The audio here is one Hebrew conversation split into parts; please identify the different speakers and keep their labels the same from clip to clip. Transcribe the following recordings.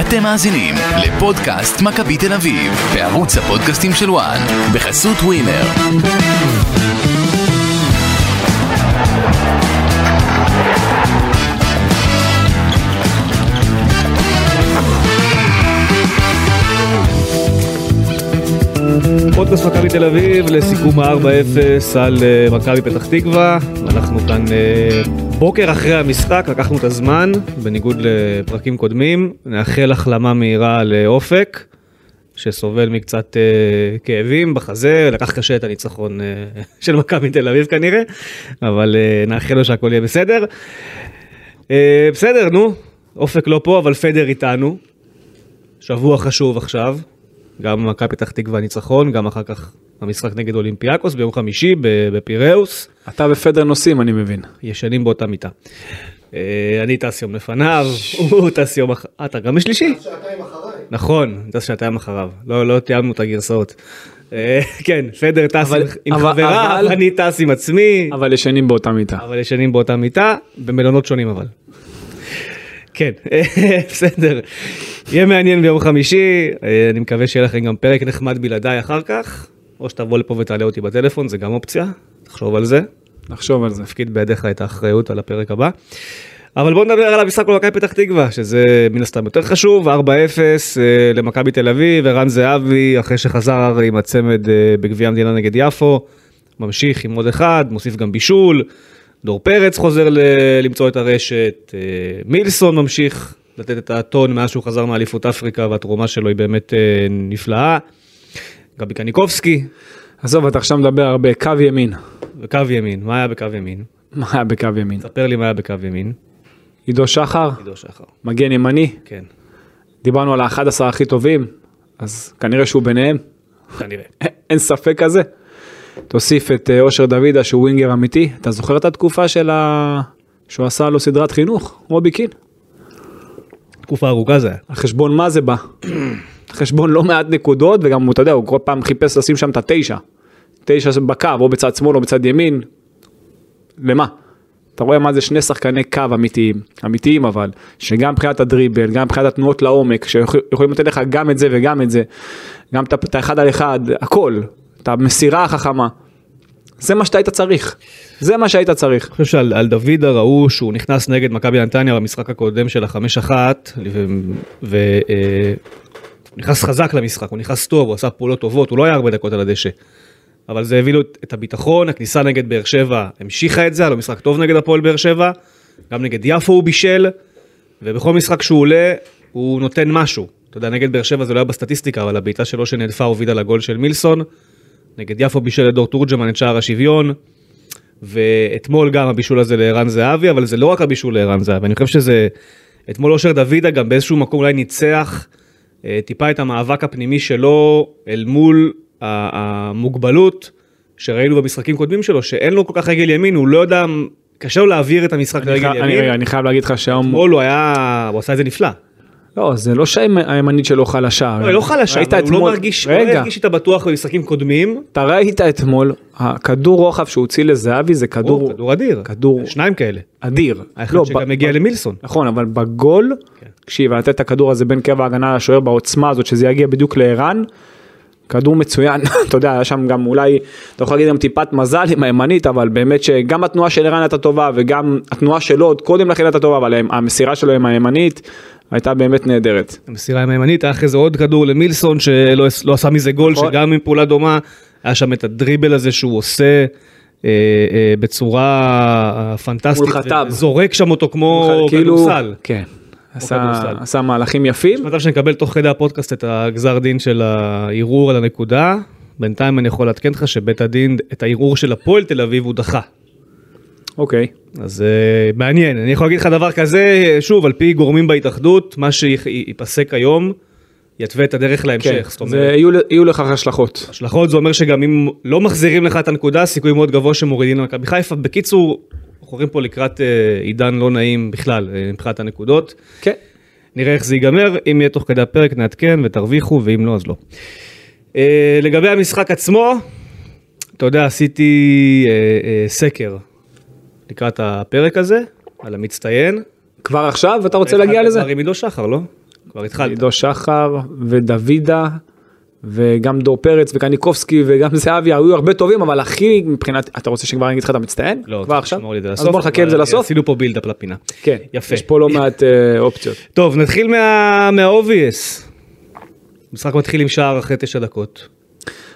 Speaker 1: אתם מאזינים לפודקאסט מכבי תל אביב, בערוץ הפודקאסטים של וואן, בחסות ווינר.
Speaker 2: פודקאסט מכבי תל אביב לסיכום ה-4-0 על אה, מכבי פתח תקווה. אנחנו כאן אה, בוקר אחרי המשחק, לקחנו את הזמן, בניגוד לפרקים קודמים. נאחל החלמה מהירה לאופק, שסובל מקצת אה, כאבים בחזה, לקח קשה את הניצחון אה, של מכבי תל אביב כנראה, אבל אה, נאחל לו שהכל יהיה בסדר. אה, בסדר, נו, אופק לא פה, אבל פדר איתנו. שבוע חשוב עכשיו, גם מכבי פתח תקווה ניצחון, גם אחר כך המשחק נגד אולימפיאקוס ביום חמישי ב- בפיראוס,
Speaker 3: אתה ופדר נוסעים, אני מבין.
Speaker 2: ישנים באותה מיטה. אה, אני טס יום לפניו, הוא טס יום אחר... אתה גם בשלישי? נכון, אני טס שנתיים אחריו. לא, לא תיאמנו את הגרסאות. אה, כן, פדר טס
Speaker 3: אבל-
Speaker 2: עם- עם
Speaker 3: אבל-
Speaker 2: חבריו,
Speaker 3: אבל-
Speaker 2: אני טס עם עצמי.
Speaker 3: אבל ישנים באותה מיטה.
Speaker 2: אבל ישנים באותה מיטה, במלונות שונים אבל. כן, בסדר. יהיה מעניין ביום חמישי, אה, אני מקווה שיהיה לכם גם פרק נחמד בלעדיי אחר כך, או שתבוא לפה ותעלה אותי בטלפון, זה גם אופציה, תחשוב על זה.
Speaker 3: נחשוב על זה.
Speaker 2: תפקיד בידיך את האחריות על הפרק הבא. אבל בואו נדבר על המשחק מול מכבי פתח תקווה, שזה מן הסתם יותר חשוב, 4-0 אה, למכבי תל אביב, ערן זהבי, אחרי שחזר עם הצמד אה, בגביע המדינה נגד יפו, ממשיך עם עוד אחד, מוסיף גם בישול, דור פרץ חוזר ל- למצוא את הרשת, אה, מילסון ממשיך לתת את הטון מאז שהוא חזר מאליפות אפריקה, והתרומה שלו היא באמת אה, נפלאה. גבי קניקובסקי,
Speaker 3: עזוב, אתה עכשיו מדבר הרבה, קו ימין.
Speaker 2: בקו ימין, מה היה בקו ימין?
Speaker 3: מה היה בקו ימין?
Speaker 2: ספר לי מה היה בקו ימין.
Speaker 3: עידו שחר,
Speaker 2: עידו שחר.
Speaker 3: מגן ימני,
Speaker 2: כן,
Speaker 3: דיברנו על ה-11 הכי טובים, אז כנראה שהוא ביניהם,
Speaker 2: כנראה.
Speaker 3: א- אין ספק כזה. תוסיף את אה, אושר דוידה שהוא ווינגר אמיתי, אתה זוכר את התקופה של ה... שהוא עשה לו סדרת חינוך, רובי קין?
Speaker 2: תקופה ארוכה זה היה.
Speaker 3: על חשבון מה זה בא? על חשבון לא מעט נקודות וגם אתה יודע הוא כל פעם חיפש לשים שם את התשע. תשע בקו או בצד שמאל או בצד ימין. למה? אתה רואה מה זה שני שחקני קו אמיתיים, אמיתיים אבל, שגם מבחינת הדריבל, גם מבחינת התנועות לעומק, שיכולים לתת לך גם את זה וגם את זה, גם את ה- את האחד על אחד, הכל, את המסירה החכמה. זה מה שאתה היית צריך, זה מה שהיית צריך.
Speaker 2: אני חושב שעל על דוידה ראו שהוא נכנס נגד מכבי נתניה במשחק הקודם של החמש אחת, ונכנס חזק למשחק, הוא נכנס טוב, הוא עשה פעולות טובות, הוא לא היה הרבה דקות על הדשא. אבל זה הביא לו את- את הביטחון, הכניסה נגד באר שבע המשיכה את זה, היה לו משחק טוב נגד הפועל באר שבע, גם נגד יפו הוא בישל, ובכל משחק שהוא עולה, הוא נותן משהו. אתה יודע, נגד באר שבע זה לא היה בסטטיסטיקה, אבל הבעיטה שלו שנעדפה הובילה לגול של מילסון, נגד יפו בישל לדור תורג'מן את שער השוויון, ואתמול גם הבישול הזה לערן זהבי, אבל זה לא רק הבישול לערן זהבי, אני חושב שזה... אתמול אושר דוידה גם באיזשהו מקום אולי ניצח אה, טיפה את המאבק הפנימי שלו אל מול ה- המוגבלות שראינו במשחקים קודמים שלו, שאין לו כל כך רגל ימין, הוא לא יודע, קשה לו להעביר את המשחק
Speaker 3: אני,
Speaker 2: לרגל
Speaker 3: חי- אני,
Speaker 2: ימין.
Speaker 3: רגע, אני חייב להגיד לך שהיום,
Speaker 2: אתמול הוא היה, הוא עשה את זה נפלא.
Speaker 3: לא, זה לא שהימנית שלו חלשה.
Speaker 2: לא, היא לא חלשה,
Speaker 3: ראית
Speaker 2: הוא לא
Speaker 3: אתמול-
Speaker 2: מרגיש, הוא לא
Speaker 3: רגע,
Speaker 2: הרגיש איתה בטוח במשחקים קודמים.
Speaker 3: אתה ראית אתמול, הכדור רוחב שהוא הוציא לזהבי זה
Speaker 2: כדור,
Speaker 3: כדור
Speaker 2: כדור אדיר.
Speaker 3: כדור-
Speaker 2: שניים כאלה.
Speaker 3: אדיר.
Speaker 2: האחד
Speaker 3: לא,
Speaker 2: שגם כן.
Speaker 3: ב-
Speaker 2: הגיע
Speaker 3: ב-
Speaker 2: למילסון.
Speaker 3: נכון, אבל בגול, תקשיב, לתת את הכדור הזה בין קבע ההגנה לשוער בעוצמה הזאת, שזה יגיע בדיוק לערן, כדור מצוין, אתה יודע, היה שם גם אולי, אתה יכול להגיד גם טיפת מזל עם הימנית, אבל באמת שגם התנועה של ערן הייתה טובה, וגם התנועה שלו עוד קודם לכן הייתה טובה, אבל המסירה שלו עם הימנית הייתה באמת נהדרת.
Speaker 2: המסירה עם הימנית, היה אחרי זה עוד כדור למילסון שלא לא עשה מזה גול,
Speaker 3: נכון.
Speaker 2: שגם עם פעולה דומה, היה שם את הדריבל הזה שהוא עושה אה, אה, בצורה אה, פנטסטית,
Speaker 3: מול חטב.
Speaker 2: זורק שם אותו כמו
Speaker 3: כאילו-
Speaker 2: כדורסל.
Speaker 3: כן, עשה-
Speaker 2: כדורסל.
Speaker 3: עשה מהלכים יפים.
Speaker 2: יש מצב שנקבל תוך כדי הפודקאסט את הגזר דין של הערעור על הנקודה, בינתיים אני יכול לעדכן לך שבית הדין, את הערעור של הפועל תל אביב הוא דחה.
Speaker 3: אוקיי.
Speaker 2: אז אה, מעניין, אני יכול להגיד לך דבר כזה, אה, שוב, על פי גורמים בהתאחדות, מה שייפסק היום, יתווה את הדרך
Speaker 3: כן,
Speaker 2: להמשך. זאת
Speaker 3: זה-
Speaker 2: אומרת,
Speaker 3: יהיו ל- יהיו לכך השלכות.
Speaker 2: השלכות זה אומר שגם אם לא מחזירים לך את הנקודה, סיכוי מאוד גבוה שמורידים למכבי חיפה. בקיצור, אנחנו הולכים פה לקראת אה, עידן לא נעים בכלל אה, מבחינת הנקודות.
Speaker 3: כן.
Speaker 2: נראה איך זה ייגמר, אם יהיה תוך כדי הפרק נעדכן ותרוויחו, ואם לא אז לא. אה, לגבי המשחק עצמו, אתה יודע, עשיתי אה, אה, סקר לקראת הפרק הזה, על המצטיין.
Speaker 3: כבר עכשיו אתה רוצה להגיע לזה?
Speaker 2: עם עידו שחר, לא? כבר התחלת.
Speaker 3: עידו שחר ודוידה וגם דור פרץ וקניקובסקי וגם זהבי היו הרבה טובים אבל הכי מבחינת אתה רוצה שכבר אני אגיד לך אתה מצטיין?
Speaker 2: לא,
Speaker 3: כבר
Speaker 2: צריך
Speaker 3: עכשיו?
Speaker 2: לשמור לי את זה
Speaker 3: אז
Speaker 2: לסוף.
Speaker 3: בוא נחכה עם
Speaker 2: אבל כן,
Speaker 3: זה לסוף.
Speaker 2: עשינו פה בילדאפ לפינה.
Speaker 3: כן.
Speaker 2: יפה.
Speaker 3: יש פה לא מעט אה, אופציות.
Speaker 2: טוב, נתחיל מה- מהאובייס. המשחק מתחיל עם שער אחרי תשע דקות.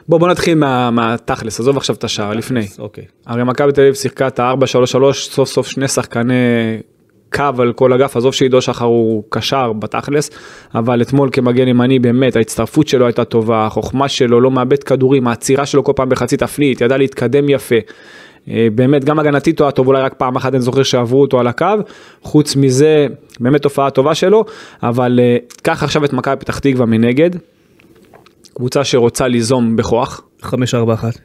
Speaker 3: בוא בוא נתחיל מה- מהתכלס עזוב עכשיו את השעה לפני.
Speaker 2: אוקיי.
Speaker 3: הרי מכבי תל אביב שיחקה את ה-4-3-3 סוף סוף שני שחקני קו על כל אגף עזוב שעידו שחר הוא קשר בתכלס אבל אתמול כמגן ימני באמת ההצטרפות שלו הייתה טובה החוכמה שלו לא מאבד כדורים העצירה שלו כל פעם בחצי תפנית ידע להתקדם יפה. אה, באמת גם הגנתית הוא היה טוב אולי רק פעם אחת אני זוכר שעברו אותו על הקו חוץ מזה באמת תופעה טובה שלו אבל אה, קח עכשיו את מכבי פתח תקווה מנגד. קבוצה שרוצה ליזום בכוח
Speaker 2: חמש, ארבע, אחת.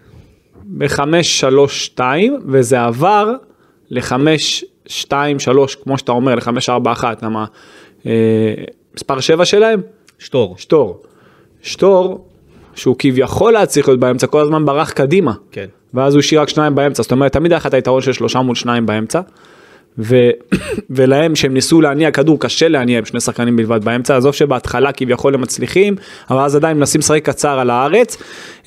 Speaker 3: ב-5-3-2 וזה עבר ל-5-2-3 כמו שאתה אומר ל-5-4-1 למה אה, מספר 7 שלהם
Speaker 2: שטור.
Speaker 3: שטור. שטור שהוא כביכול היה צריך להיות באמצע כל הזמן ברח קדימה
Speaker 2: כן.
Speaker 3: ואז הוא השאיר רק שניים באמצע זאת אומרת תמיד היה לך את היתרון של שלושה מול שניים באמצע. ו... ולהם שהם ניסו להניע כדור קשה להניע עם שני שחקנים בלבד באמצע עזוב שבהתחלה כביכול הם מצליחים אבל אז עדיין מנסים לשחק קצר על הארץ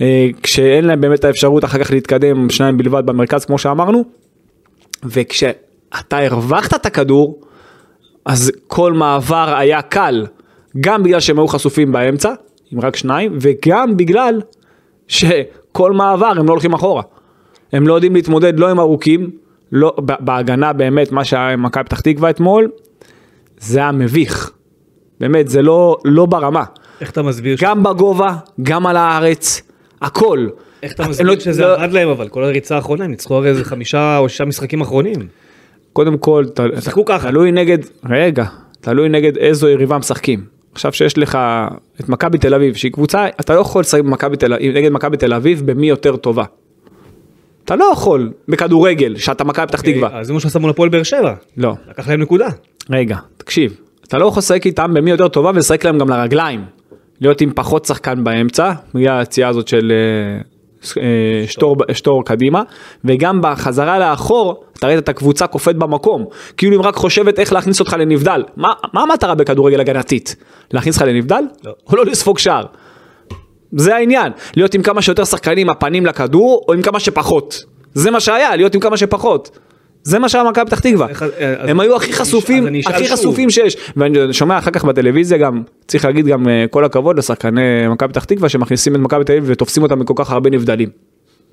Speaker 3: אה, כשאין להם באמת האפשרות אחר כך להתקדם שניים בלבד במרכז כמו שאמרנו וכשאתה הרווחת את הכדור אז כל מעבר היה קל גם בגלל שהם היו חשופים באמצע עם רק שניים וגם בגלל שכל מעבר הם לא הולכים אחורה. הם לא יודעים להתמודד לא עם ארוכים, לא, ב- בהגנה באמת מה שהיה עם מכבי פתח תקווה אתמול, זה היה מביך. באמת זה לא, לא ברמה.
Speaker 2: איך אתה מסביר ש-
Speaker 3: גם בגובה, גם על הארץ, הכל.
Speaker 2: איך אתה
Speaker 3: הם
Speaker 2: מסביר
Speaker 3: לא-
Speaker 2: שזה
Speaker 3: לא-
Speaker 2: עבד להם אבל? כל הריצה האחרונה, הם ניצחו הרי איזה חמישה או שישה משחקים אחרונים.
Speaker 3: אוקיי. קודם כל, ת-
Speaker 2: שיחקו
Speaker 3: ת-
Speaker 2: ככה.
Speaker 3: תלוי נגד, רגע, תלוי נגד איזו יריבה משחקים. עכשיו שיש לך את מכבי תל אביב, שהיא קבוצה, אתה לא יכול לשחק במכבי תל- נגד מכבי תל אביב במי יותר טובה. אתה לא יכול בכדורגל, שאתה מכבי פתח תקווה.
Speaker 2: אז זה מה שעשה מול הפועל באר שבע.
Speaker 3: לא,
Speaker 2: לקח להם נקודה.
Speaker 3: רגע, תקשיב, אתה לא יכול לשחק איתם במי יותר טובה ולשחק להם גם לרגליים. להיות עם פחות שחקן באמצע, בגלל היציאה הזאת של אה, ס- אה, שטור, שטור קדימה, וגם בחזרה לאחור, אתה ראית את הקבוצה קופאת במקום, כאילו היא רק חושבת איך להכניס אותך לנבדל. מה, מה המטרה בכדורגל הגנתית? להכניס אותך לנבדל?
Speaker 2: לא.
Speaker 3: או לא לספוג שער? זה העניין, להיות עם כמה שיותר שחקנים עם הפנים לכדור, או עם כמה שפחות. זה מה שהיה, להיות עם כמה שפחות. זה מה שהיה מכבי פתח תקווה.
Speaker 2: איך- אה, אז-
Speaker 3: הם היו הכי
Speaker 2: אז
Speaker 3: חשופים,
Speaker 2: אני אשאל
Speaker 3: הכי
Speaker 2: שוב.
Speaker 3: חשופים שיש. ואני שומע אחר כך בטלוויזיה גם, צריך להגיד גם אה, כל הכבוד לשחקני מכבי פתח תקווה שמכניסים את מכבי תל אביב ותופסים אותם מכל כך הרבה נבדלים.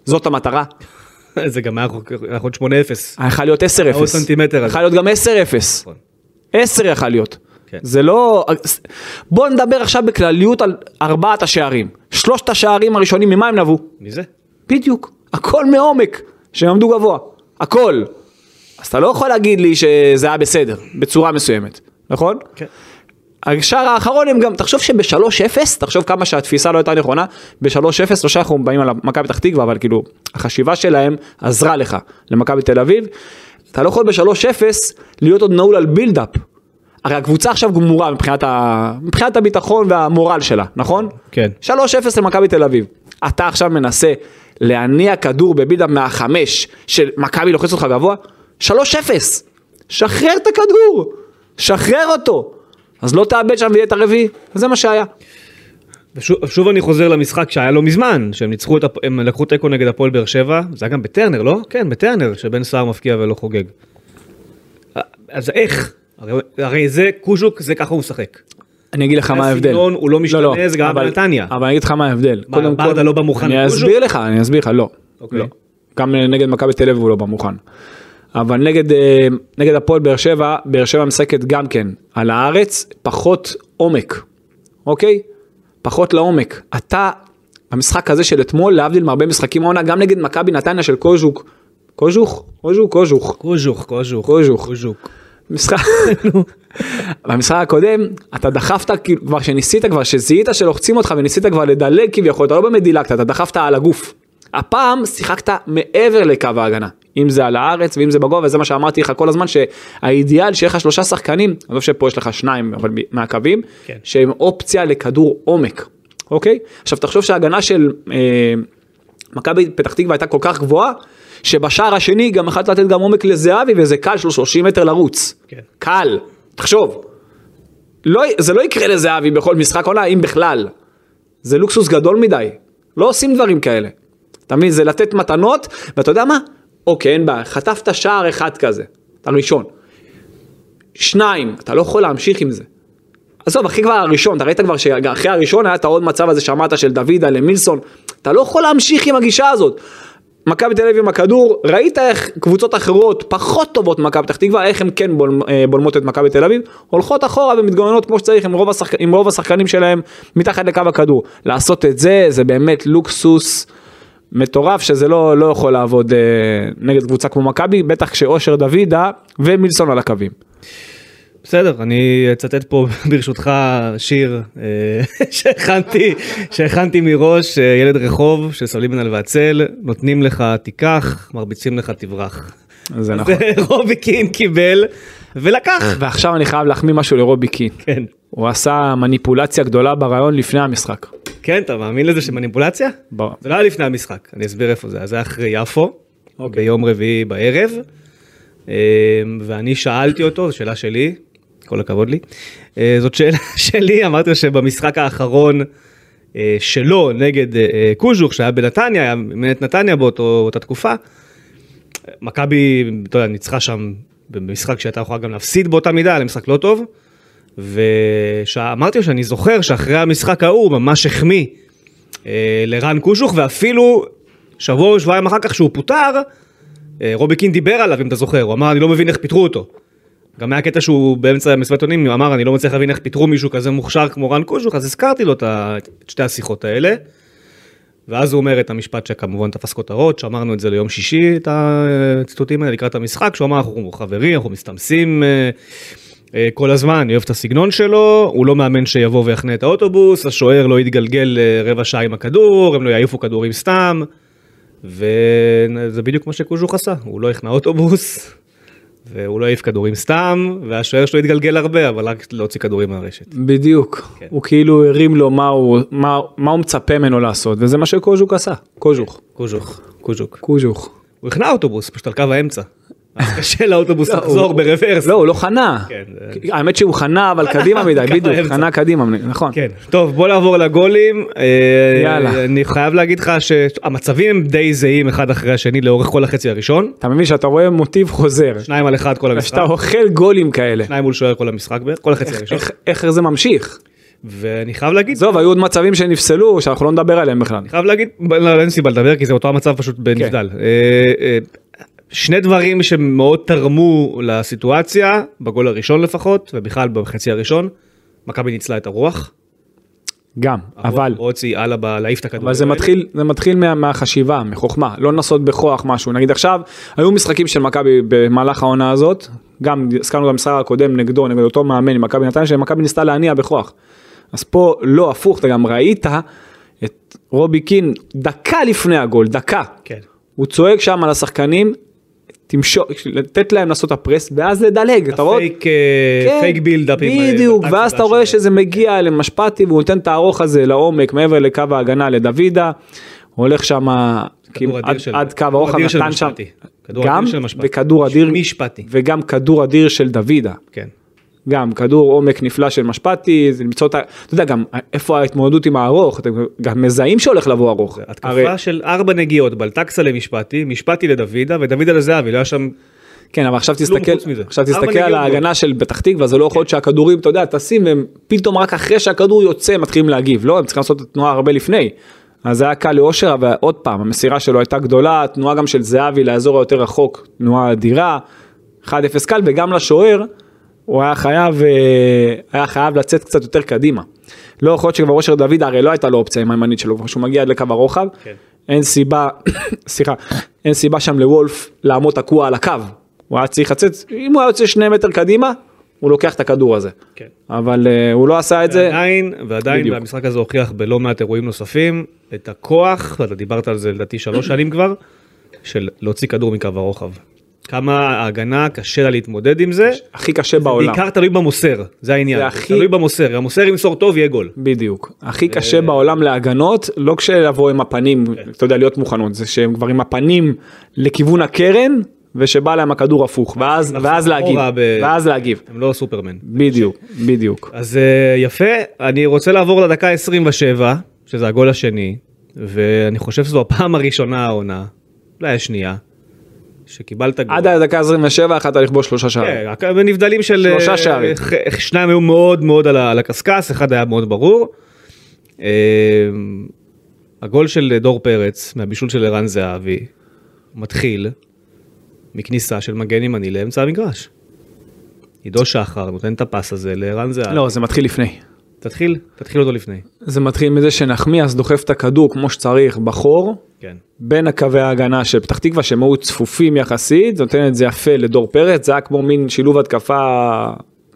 Speaker 3: זאת המטרה.
Speaker 2: זה גם היה נכון, יכול להיות 8-0.
Speaker 3: היה יכול להיות 10-0.
Speaker 2: העוד סנטימטר הזה.
Speaker 3: יכול להיות גם 10-0.
Speaker 2: נכון.
Speaker 3: 10 יכול להיות.
Speaker 2: כן.
Speaker 3: זה לא... בוא נדבר עכשיו בכלליות על ארבעת השערים. שלושת השערים הראשונים ממה הם נבעו?
Speaker 2: מי זה?
Speaker 3: בדיוק, הכל מעומק, שהם עמדו גבוה, הכל. אז אתה לא יכול להגיד לי שזה היה בסדר, בצורה מסוימת, נכון?
Speaker 2: כן.
Speaker 3: השער האחרון הם גם, תחשוב שב-3-0, תחשוב כמה שהתפיסה לא הייתה נכונה, ב-3-0, לא שאנחנו באים על מכבי פתח תקווה, אבל כאילו, החשיבה שלהם עזרה לך, למכבי תל אביב. אתה לא יכול ב-3-0 להיות עוד נעול על בילדאפ. הרי הקבוצה עכשיו גמורה מבחינת, ה... מבחינת הביטחון והמורל שלה, נכון?
Speaker 2: כן.
Speaker 3: 3-0 למכבי תל אביב. אתה עכשיו מנסה להניע כדור בבילדאפ מהחמש של מכבי לוחץ אותך גבוה? 3-0. שחרר את הכדור! שחרר אותו! אז לא תאבד שם ויהיה את הרביעי, זה מה שהיה.
Speaker 2: ושוב שוב אני חוזר למשחק שהיה לא מזמן, שהם ניצחו את, הפ- הם לקחו תיקו נגד הפועל באר שבע, זה היה גם בטרנר, לא? כן, בטרנר, שבן סער מפקיע ולא חוגג. אה, אז איך? הרי, הרי זה קוז'וק, זה ככה הוא משחק.
Speaker 3: אני אגיד לך מה ההבדל.
Speaker 2: הסגנון הוא לא משתנה, זה גם
Speaker 3: אבל-
Speaker 2: בנתניה.
Speaker 3: אבל אני אגיד לך מה ההבדל.
Speaker 2: מה, ברדה לא בא מוכן
Speaker 3: אני
Speaker 2: לקוז'ו?
Speaker 3: אסביר לך, אני אסביר לך, לא.
Speaker 2: אוקיי.
Speaker 3: לא. גם נגד מכבי תל אביב הוא לא בא מוכן. אבל נגד, אה, נגד הפועל באר שבע, באר שבע משחקת גם כן על הארץ, פחות עומק, אוקיי? פחות לעומק. אתה, המשחק הזה של אתמול, להבדיל מהרבה משחקים העונה, גם נגד מכבי נתניה של קוז'וק, קוז'וך? קוז'וך? קוז'וך.
Speaker 2: קוז'וך, קוז'וך.
Speaker 3: קוז'וך.
Speaker 2: קוז'וק.
Speaker 3: משחק, במשחק הקודם אתה דחפת כאילו, כבר שניסית כבר שזיהית שלוחצים אותך וניסית כבר לדלג כביכול אתה לא באמת דילגת אתה דחפת על הגוף. הפעם שיחקת מעבר לקו ההגנה אם זה על הארץ ואם זה בגובה זה מה שאמרתי לך כל הזמן שהאידיאל שיהיה לך שלושה שחקנים אני לא חושב שפה יש לך שניים אבל מ- מהקווים
Speaker 2: כן.
Speaker 3: שהם אופציה לכדור עומק אוקיי עכשיו תחשוב שההגנה של אה, מכבי פתח תקווה הייתה כל כך גבוהה שבשער השני גם יכלת לתת גם עומק לזהבי וזה קל שלו 30 מטר לרוץ.
Speaker 2: כן.
Speaker 3: קל, תחשוב. לא, זה לא יקרה לזהבי בכל משחק עונה, אם בכלל. זה לוקסוס גדול מדי. לא עושים דברים כאלה. אתה מבין? זה לתת מתנות, ואתה יודע מה? אוקיי, אין בעיה. חטפת שער אחד כזה, הראשון. שניים, אתה לא יכול להמשיך עם זה. עזוב, אחי כבר הראשון, אתה ראית כבר שאחרי הראשון היה את העוד מצב הזה שאמרת של דוידה למילסון, אתה לא יכול להמשיך עם הגישה הזאת. מכבי תל אביב עם הכדור, ראית איך קבוצות אחרות, פחות טובות ממכבי פתח תקווה, איך הן כן בול, אה, בולמות את מכבי תל אביב, הולכות אחורה ומתגוננות כמו שצריך עם רוב, השחק, עם רוב השחקנים שלהם מתחת לקו הכדור. לעשות את זה, זה באמת לוקסוס מטורף, שזה לא, לא יכול לעבוד אה, נגד קבוצה כמו מכבי, בטח כשאושר דוידה ומילסון על הקווים.
Speaker 2: בסדר, אני אצטט פה ברשותך שיר אה, שהכנתי, שהכנתי מראש, אה, ילד רחוב של סליבן אלבאצל, נותנים לך תיקח, מרביצים לך תברח.
Speaker 3: זה נכון.
Speaker 2: רובי קין קיבל ולקח.
Speaker 3: ועכשיו אני חייב להחמיא משהו לרובי קין.
Speaker 2: כן.
Speaker 3: הוא עשה מניפולציה גדולה ברעיון לפני המשחק.
Speaker 2: כן, אתה מאמין לזה שמניפולציה?
Speaker 3: ברור.
Speaker 2: זה לא היה לפני המשחק, אני אסביר איפה זה, היה. זה היה אחרי יפו,
Speaker 3: אוקיי.
Speaker 2: ביום רביעי בערב, אה, ואני שאלתי אותו, זו שאלה שלי, כל הכבוד לי, אה, זאת שאלה שלי, אמרתי לו שבמשחק האחרון אה, שלו נגד אה, אה, קוז'וך, שהיה בנתניה, היה מנהלת נתניה באותו- באותה תקופה, מכבי, אתה יודע, ניצחה שם במשחק שהייתה יכולה גם להפסיד באותה מידה, היה לה משחק לא טוב. ואמרתי לו שאני זוכר שאחרי המשחק ההוא הוא ממש החמיא אה, לרן קוז'וך, ואפילו שבוע או שבועיים אחר כך שהוא פוטר, אה, רובי קין דיבר עליו, אם אתה זוכר, הוא אמר, אני לא מבין איך פיטרו אותו. גם היה קטע שהוא באמצע מסיבת עונים, הוא אמר, אני לא מצליח להבין איך פיטרו מישהו כזה מוכשר כמו רן קוז'וך, אז הזכרתי לו את ה- את שתי השיחות האלה. ואז הוא אומר את המשפט שכמובן תפס כותרות, שאמרנו את זה ליום שישי, את הציטוטים האלה לקראת המשחק, שהוא אמר אנחנו חברים, אנחנו מסתמסים אה, אה, כל הזמן, אני אוהב את הסגנון שלו, הוא לא מאמן שיבוא ויחנה את האוטובוס, השוער לא יתגלגל אה, רבע שעה עם הכדור, הם לא יעיפו כדורים סתם, וזה בדיוק מה שקוז'וך עשה, הוא לא הכנע אוטובוס, והוא לא העיף כדורים סתם, והשוער שלו יתגלגל הרבה, אבל רק להוציא כדורים מהרשת.
Speaker 3: בדיוק.
Speaker 2: כן.
Speaker 3: הוא כאילו הרים לו מה הוא, מה, מה הוא מצפה ממנו לעשות, וזה מה שקוז'וק עשה. קוז'וך.
Speaker 2: קוז'וך, כן. קוז'וק.
Speaker 3: קוז'וך.
Speaker 2: הוא הכנע אוטובוס, פשוט על קו האמצע. אז קשה לאוטובוס לחזור
Speaker 3: הוא-
Speaker 2: ברוורס.
Speaker 3: לא, הוא לא חנה.
Speaker 2: כן, זה-
Speaker 3: האמת שהוא חנה, אבל קדימה מדי,
Speaker 2: ככה
Speaker 3: בדיוק.
Speaker 2: באמצע.
Speaker 3: חנה קדימה, נכון.
Speaker 2: כן, טוב בוא נעבור לגולים, אה,
Speaker 3: יאללה.
Speaker 2: אני חייב להגיד לך שהמצבים הם די זהים אחד אחרי השני לאורך כל החצי הראשון,
Speaker 3: אתה מבין שאתה רואה מוטיב חוזר.
Speaker 2: שניים על אחד כל המשחק,
Speaker 3: שאתה אוכל גולים כאלה.
Speaker 2: שניים מול שוער כל המשחק בערך, כל החצי הראשון,
Speaker 3: איך- איך זה ממשיך?
Speaker 2: ואני חייב להגיד,
Speaker 3: עזוב, היו עוד מצבים שנפסלו, שאנחנו לא נדבר עליהם בכלל.
Speaker 2: אני חייב להגיד, לא, לא, אין סיבה לדבר כי זה אותו המצב פשוט בנבדל.
Speaker 3: כן.
Speaker 2: אה, אה, שני דברים שמאוד תרמו לסיטואציה, בגול הראשון לפחות, ובכלל בחצי הראשון, מכבי ניצלה את הרוח,
Speaker 3: גם,
Speaker 2: נכון.
Speaker 3: אבל.
Speaker 2: רוצי הלאה ב- להעיף את הכדור.
Speaker 3: אבל זה
Speaker 2: האלה.
Speaker 3: מתחיל, זה מתחיל מה, מהחשיבה, מחוכמה, לא לנסות בכוח משהו. נגיד עכשיו, היו משחקים של מכבי במהלך העונה הזאת, גם הזכרנו במשחק הקודם נגדו, נגד אותו מאמן עם מכבי נתניה, שמכבי ניסתה להניע בכוח. אז פה לא הפוך, אתה גם ראית את רובי קין דקה לפני הגול, דקה.
Speaker 2: כן.
Speaker 3: הוא צועק שם על השחקנים, תמשוך, לתת להם לעשות את הפרס, ואז לדלג, אתה רואה?
Speaker 2: הפייק, אה,
Speaker 3: כן,
Speaker 2: פייק בילדאפים. אה,
Speaker 3: בדיוק,
Speaker 2: בטקטיקה
Speaker 3: ואז אתה רואה
Speaker 2: שלו.
Speaker 3: שזה מגיע למשפטי והוא נותן את הארוך הזה לעומק מעבר לקו ההגנה לדוידה. הולך שם
Speaker 2: כדור
Speaker 3: כמעט
Speaker 2: אדיר של-
Speaker 3: כאילו, עד קו
Speaker 2: כדור
Speaker 3: האורך,
Speaker 2: אדיר של
Speaker 3: נתן שם
Speaker 2: משפטי. כדור
Speaker 3: גם
Speaker 2: אדיר של משפטי.
Speaker 3: וכדור אדיר,
Speaker 2: משפטי.
Speaker 3: וגם כדור אדיר של דוידה.
Speaker 2: כן.
Speaker 3: גם כדור עומק נפלא של משפטי, זה למצוא את ה... אתה יודע גם איפה ההתמודדות עם הארוך, אתם גם מזהים שהולך לבוא ארוך.
Speaker 2: התקפה
Speaker 3: הרי-
Speaker 2: של ארבע נגיעות, בלטקסה למשפטי, משפטי לדוידה, ודוידה לזהבי, לא היה שם...
Speaker 3: כן, אבל עכשיו
Speaker 2: כלום
Speaker 3: תסתכל,
Speaker 2: לא, חוץ מזה.
Speaker 3: עכשיו
Speaker 2: ארבע
Speaker 3: תסתכל על
Speaker 2: נגיעות
Speaker 3: ההגנה של פתח תקווה,
Speaker 2: כן.
Speaker 3: זה לא יכול להיות שהכדורים, אתה יודע, טסים והם פתאום רק אחרי שהכדור יוצא הם מתחילים להגיב, לא, הם צריכים לעשות את התנועה הרבה לפני. אז זה היה קל לאושר, אבל עוד פעם, המסירה שלו הייתה גדולה, התנועה גם של זהבי לאזור היותר רחוק, תנועה אדירה, 1-0 קל, וגם לשוער, הוא היה חייב, אה, היה חייב לצאת קצת יותר קדימה. לא יכול להיות שכבר אושר דוד, הרי לא הייתה לו אופציה עם הימנית שלו, כבר שהוא מגיע עד לקו הרוחב,
Speaker 2: כן.
Speaker 3: אין סיבה, סליחה, אין סיבה שם לוולף לעמוד תקוע על הקו. הוא היה צריך לצאת, אם הוא היה יוצא שני מטר קדימה, הוא לוקח את הכדור הזה.
Speaker 2: כן.
Speaker 3: אבל uh, הוא לא עשה את זה,
Speaker 2: ועדיין, ועדיין,
Speaker 3: בדיוק.
Speaker 2: והמשחק הזה הוכיח בלא מעט אירועים נוספים, את הכוח, ואתה דיברת על זה לדעתי שלוש שנים כבר, של להוציא כדור מקו הרוחב. כמה ההגנה קשה לה להתמודד עם זה,
Speaker 3: הכי קשה בעולם.
Speaker 2: בעיקר תלוי במוסר, זה העניין,
Speaker 3: זה הכי-
Speaker 2: תלוי במוסר, המוסר ימסור טוב יהיה גול.
Speaker 3: בדיוק. הכי קשה בעולם להגנות, לא
Speaker 2: כן.
Speaker 3: כשלבוא עם הפנים, אתה יודע, להיות מוכנות, זה שהם כבר עם הפנים לכיוון הקרן, ושבא להם הכדור הפוך, ואז,
Speaker 2: לחזור
Speaker 3: ואז להגיב,
Speaker 2: אחורה ב-
Speaker 3: ואז להגיב,
Speaker 2: הם לא סופרמן.
Speaker 3: בדיוק, בדיוק.
Speaker 2: אז אה, יפה, אני רוצה לעבור לדקה 27, שזה הגול השני, ואני חושב שזו הפעם הראשונה העונה, אולי השנייה, שקיבלת גול.
Speaker 3: עד הדקה 27 יכלת לכבוש שלושה שערים.
Speaker 2: כן, רק בנבדלים של...
Speaker 3: שלושה
Speaker 2: אה,
Speaker 3: שערים.
Speaker 2: ח- שניים היו מאוד מאוד על ה- על הקשקש, אחד היה מאוד ברור. אה, הגול של דור פרץ, מהבישול של ערן זהבי, מתחיל מכניסה של מגן ימני לאמצע המגרש. עידו שחר נותן את הפס הזה לערן זהבי.
Speaker 3: לא, זה מתחיל לפני.
Speaker 2: תתחיל, תתחיל אותו לפני.
Speaker 3: זה מתחיל מזה שנחמיאס דוחף את הכדור כמו שצריך בחור,
Speaker 2: כן.
Speaker 3: בין הקווי ההגנה של פתח תקווה שהם היו צפופים יחסית, זה נותן את זה יפה לדור פרץ, זה היה כמו מין שילוב התקפה,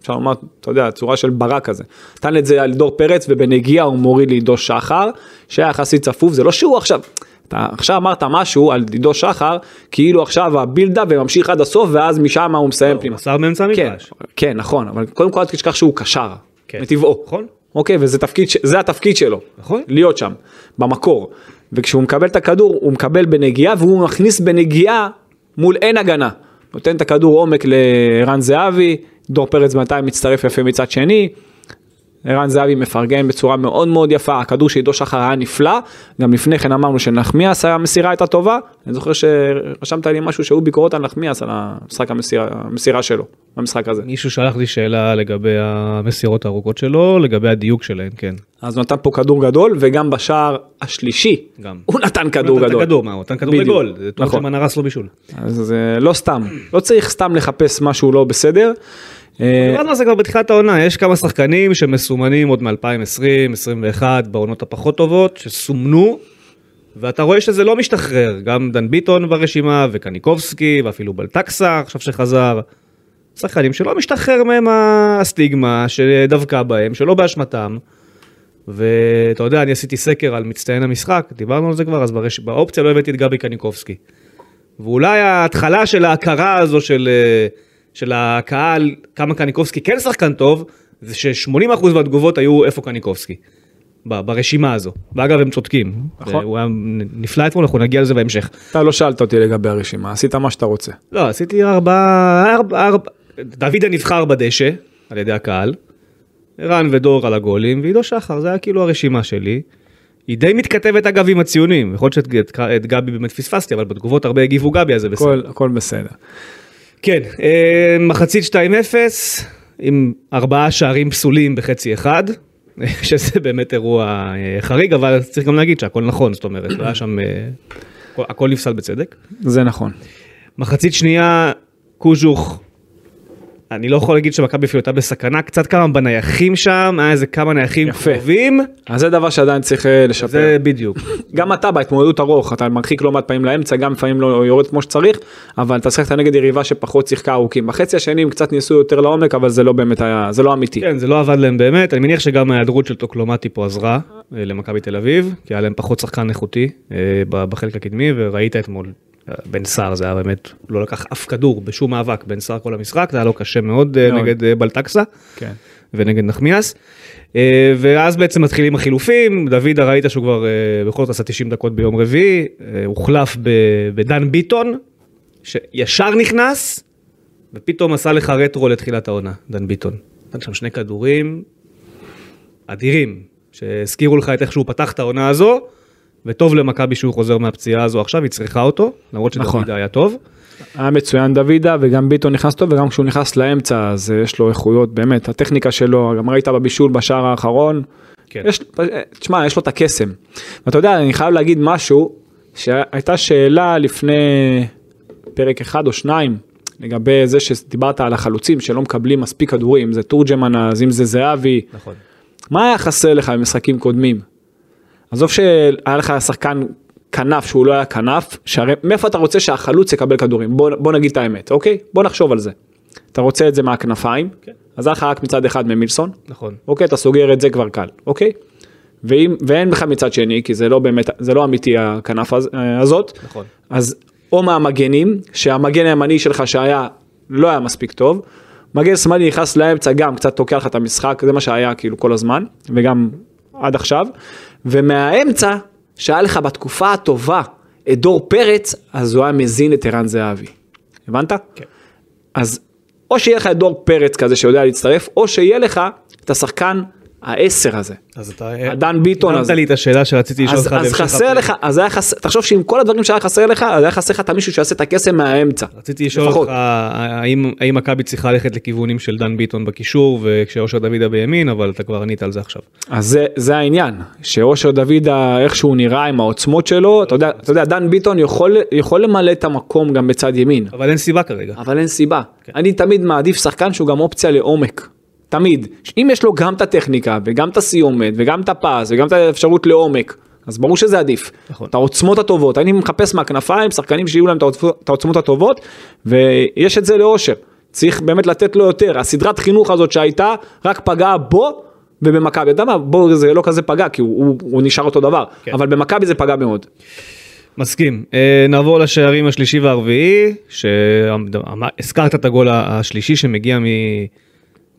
Speaker 3: אפשר לומר, אתה יודע, צורה של ברק כזה. נתן את זה לדור פרץ ובנגיעה הוא מוריד לעידו שחר, שהיה יחסית צפוף, זה לא שהוא עכשיו, אתה עכשיו אמרת משהו על עידו שחר, כאילו עכשיו הבילדאפ וממשיך עד הסוף ואז משם הוא מסיים
Speaker 2: הוא
Speaker 3: פנימה.
Speaker 2: מסר מאמצע
Speaker 3: כן,
Speaker 2: המגרש.
Speaker 3: כן, נכון, אבל קודם כל אל תשכח שהוא קשר,
Speaker 2: כן.
Speaker 3: מטבעו.
Speaker 2: נכון.
Speaker 3: אוקיי, וזה תפקיד, ש- זה התפקיד שלו.
Speaker 2: נכון.
Speaker 3: להיות שם, במקור. וכשהוא מקבל את הכדור, הוא מקבל בנגיעה, והוא מכניס בנגיעה מול אין הגנה. נותן את הכדור עומק לערן זהבי, דור פרץ בינתיים מצטרף יפה מצד שני. ערן זהבי מפרגן בצורה מאוד מאוד יפה, הכדור של עידו שחר היה נפלא, גם לפני כן אמרנו שנחמיאס המסירה הייתה טובה, אני זוכר שרשמת לי משהו שהיו ביקורות על נחמיאס על המשחק המסירה, המסירה שלו, במשחק הזה.
Speaker 2: מישהו שלח לי שאלה לגבי המסירות הארוכות שלו, לגבי הדיוק שלהן, כן.
Speaker 3: אז הוא נתן פה כדור גדול וגם בשער השלישי
Speaker 2: גם.
Speaker 3: הוא נתן כדור
Speaker 2: נתן
Speaker 3: גדול.
Speaker 2: כדור, מה, הוא נתן כדור
Speaker 3: בדיוק.
Speaker 2: בגול. זה טוב
Speaker 3: נכון.
Speaker 2: שמנה רס לו בישול.
Speaker 3: אז זה לא סתם לא צריך סתם לחפש משהו לא בסדר. אה,
Speaker 2: דיברנו על זה כבר בתחילת העונה, יש כמה שחקנים שמסומנים עוד מ-2020, 21, בעונות הפחות טובות, שסומנו, ואתה רואה שזה לא משתחרר, גם דן ביטון ברשימה, וקניקובסקי, ואפילו בלטקסה עכשיו שחזר. שחקנים שלא משתחרר מהם הסטיגמה שדבקה בהם, שלא באשמתם. ואתה יודע, אני עשיתי סקר על מצטיין המשחק, דיברנו על זה כבר, אז ברש... באופציה לא הבאתי את גבי קניקובסקי. ואולי ההתחלה של ההכרה הזו של, אה, של הקהל, כמה קניקובסקי כן שחקן טוב, זה ש-80% מהתגובות היו איפה קניקובסקי. ב- ברשימה הזו. ואגב, הם צודקים.
Speaker 3: נכון.
Speaker 2: הוא היה נפלא אתמול, אנחנו נגיע לזה בהמשך.
Speaker 3: אתה לא שאלת אותי לגבי הרשימה עשית מה שאתה רוצה.
Speaker 2: לא, עשיתי ארבע, ארבע, ארבע, דוידה נבחר בדשא על ידי הקהל, ערן ודור על הגולים, ועידו שחר, זה היה כאילו הרשימה שלי. היא די מתכתבת אגב עם הציונים, יכול להיות שאת את, את גבי באמת פספסתי, אבל בתגובות הרבה הגיבו גבי, אז זה בסדר.
Speaker 3: הכל הכל בסדר.
Speaker 2: כן, אה, מחצית 2-0, עם ארבעה שערים פסולים בחצי אחד, שזה באמת אירוע אה, חריג, אבל צריך גם להגיד שהכל נכון, זאת אומרת, לא היה שם, אה, הכל- הכל נפסל בצדק.
Speaker 3: זה נכון.
Speaker 2: מחצית שנייה, קוז'וך. אני לא יכול להגיד שמכבי אפילו הייתה בסכנה, קצת כמה בנייחים שם, היה איזה כמה נייחים
Speaker 3: יפה.
Speaker 2: קרובים.
Speaker 3: אז זה דבר שעדיין צריך אה, לשפר.
Speaker 2: זה בדיוק.
Speaker 3: גם אתה בהתמודדות ארוך אתה מרחיק לא מעט פעמים לאמצע גם לפעמים לא יורד כמו שצריך אבל אתה שיחקת נגד יריבה שפחות שיחקה ארוכים. בחצי השני הם קצת ניסו יותר לעומק אבל זה לא באמת היה זה לא אמיתי.
Speaker 2: כן, זה לא עבד להם באמת, אני מניח שגם ההיעדרות של טוקלומטי פה עזרה אה, למכבי תל אביב, כי היה להם פחות שחקן איכותי אה, ב- בחלק הקדמי, וראית אתמול, אה, בן סער זה היה באמת, לא לקח אף כדור בשום מאבק, בן סער כל המשחק, זה היה לו קשה מאוד אה,
Speaker 3: מאוד.
Speaker 2: נגד אה, בלטקסה.
Speaker 3: כן.
Speaker 2: ונגד נחמיאס. אה, ואז בעצם מתחילים החילופים, דוידה ראית שהוא כבר אה, בכל זאת עשה 90 דקות ביום רביעי, אה, הוחלף ב- בדן ביטון, שישר נכנס, ופתאום עשה לך רטרו לתחילת העונה, דן ביטון. נתן שם שני כדורים אדירים, שהזכירו לך את איך שהוא פתח את העונה הזו, וטוב למכבי שהוא חוזר מהפציעה הזו עכשיו, היא צריכה אותו, למרות שדוידה
Speaker 3: נכון.
Speaker 2: היה טוב.
Speaker 3: היה מצוין דוידה וגם ביטון נכנס טוב וגם כשהוא נכנס לאמצע אז אה, יש לו איכויות באמת הטכניקה שלו גם ראית בבישול בשער האחרון.
Speaker 2: כן.
Speaker 3: יש, אה, תשמע יש לו את הקסם. ואתה יודע אני חייב להגיד משהו שהייתה שאלה לפני פרק אחד או שניים לגבי זה שדיברת על החלוצים שלא מקבלים מספיק כדורים אם זה תורג'מן אז אם זה זהבי
Speaker 2: נכון.
Speaker 3: מה היה חסר לך במשחקים קודמים? עזוב שהיה לך שחקן כנף שהוא לא היה כנף, שהרי מאיפה אתה רוצה שהחלוץ יקבל כדורים? בוא, בוא נגיד את האמת, אוקיי? בוא נחשוב על זה. אתה רוצה את זה מהכנפיים,
Speaker 2: כן.
Speaker 3: אז היה לך רק מצד אחד ממילסון,
Speaker 2: נכון.
Speaker 3: אוקיי? אתה סוגר את זה כבר קל, אוקיי? ואם, ואין לך מצד שני, כי זה לא באמת, זה לא אמיתי הכנף הז, אה, הזאת.
Speaker 2: נכון.
Speaker 3: אז או מהמגנים, שהמגן הימני שלך שהיה, לא היה מספיק טוב. מגן שמאלי נכנס לאמצע גם, קצת תוקע לך את המשחק, זה מה שהיה כאילו כל הזמן, וגם עד עכשיו. ומהאמצע, שהיה לך בתקופה הטובה את דור פרץ, אז הוא היה מזין את ערן זהבי. הבנת? כן. אז או שיהיה לך את דור פרץ כזה שיודע להצטרף, או שיהיה לך את השחקן העשר הזה.
Speaker 2: אז אתה...
Speaker 3: דן ביטון
Speaker 2: נתת
Speaker 3: הזה.
Speaker 2: לי את השאלה שרציתי לשאול
Speaker 3: אז,
Speaker 2: אותך.
Speaker 3: אז
Speaker 2: בהמשך
Speaker 3: חסר
Speaker 2: הפרק.
Speaker 3: לך, אז היה חסר, תחשוב שעם כל הדברים שהיה חסר לך, אז היה חסר לך את המישהו שיעשה את הקסם מהאמצע.
Speaker 2: רציתי לשאול
Speaker 3: לפחות.
Speaker 2: אותך, האם האם מכבי צריכה ללכת לכיוונים של דן ביטון בקישור וכשאושר דוידה בימין, אבל אתה כבר ענית על זה עכשיו.
Speaker 3: אז זה, זה העניין, שאושר דוידה, איך שהוא נראה עם העוצמות שלו, אתה יודע, אתה יודע דן ביטון יכול, יכול למלא את המקום גם בצד ימין,
Speaker 2: אבל אין סיבה כרגע.
Speaker 3: אבל אין סיבה.
Speaker 2: כן.
Speaker 3: אני תמיד מעדיף שחקן שהוא גם אופציה לעומק. תמיד. אם יש לו גם את הטכניקה, וגם את הסיומת, וגם את הפס, וגם את האפשרות לעומק, אז ברור שזה עדיף.
Speaker 2: נכון.
Speaker 3: את העוצמות הטובות. אני מחפש מהכנפיים שחקנים שיהיו להם את העוצ- את העוצמות הטובות, ויש את זה לאושר. צריך באמת לתת לו יותר. הסדרת חינוך הזאת שהייתה, רק פגעה בו ובמכבי. אתה יודע מה? בו זה לא כזה פגע, כי הוא, הוא, הוא נשאר אותו דבר.
Speaker 2: כן.
Speaker 3: אבל במכבי זה פגע מאוד.
Speaker 2: מסכים. אה, נעבור לשערים השלישי והרביעי, שהזכרת את הגול השלישי שמגיע מ...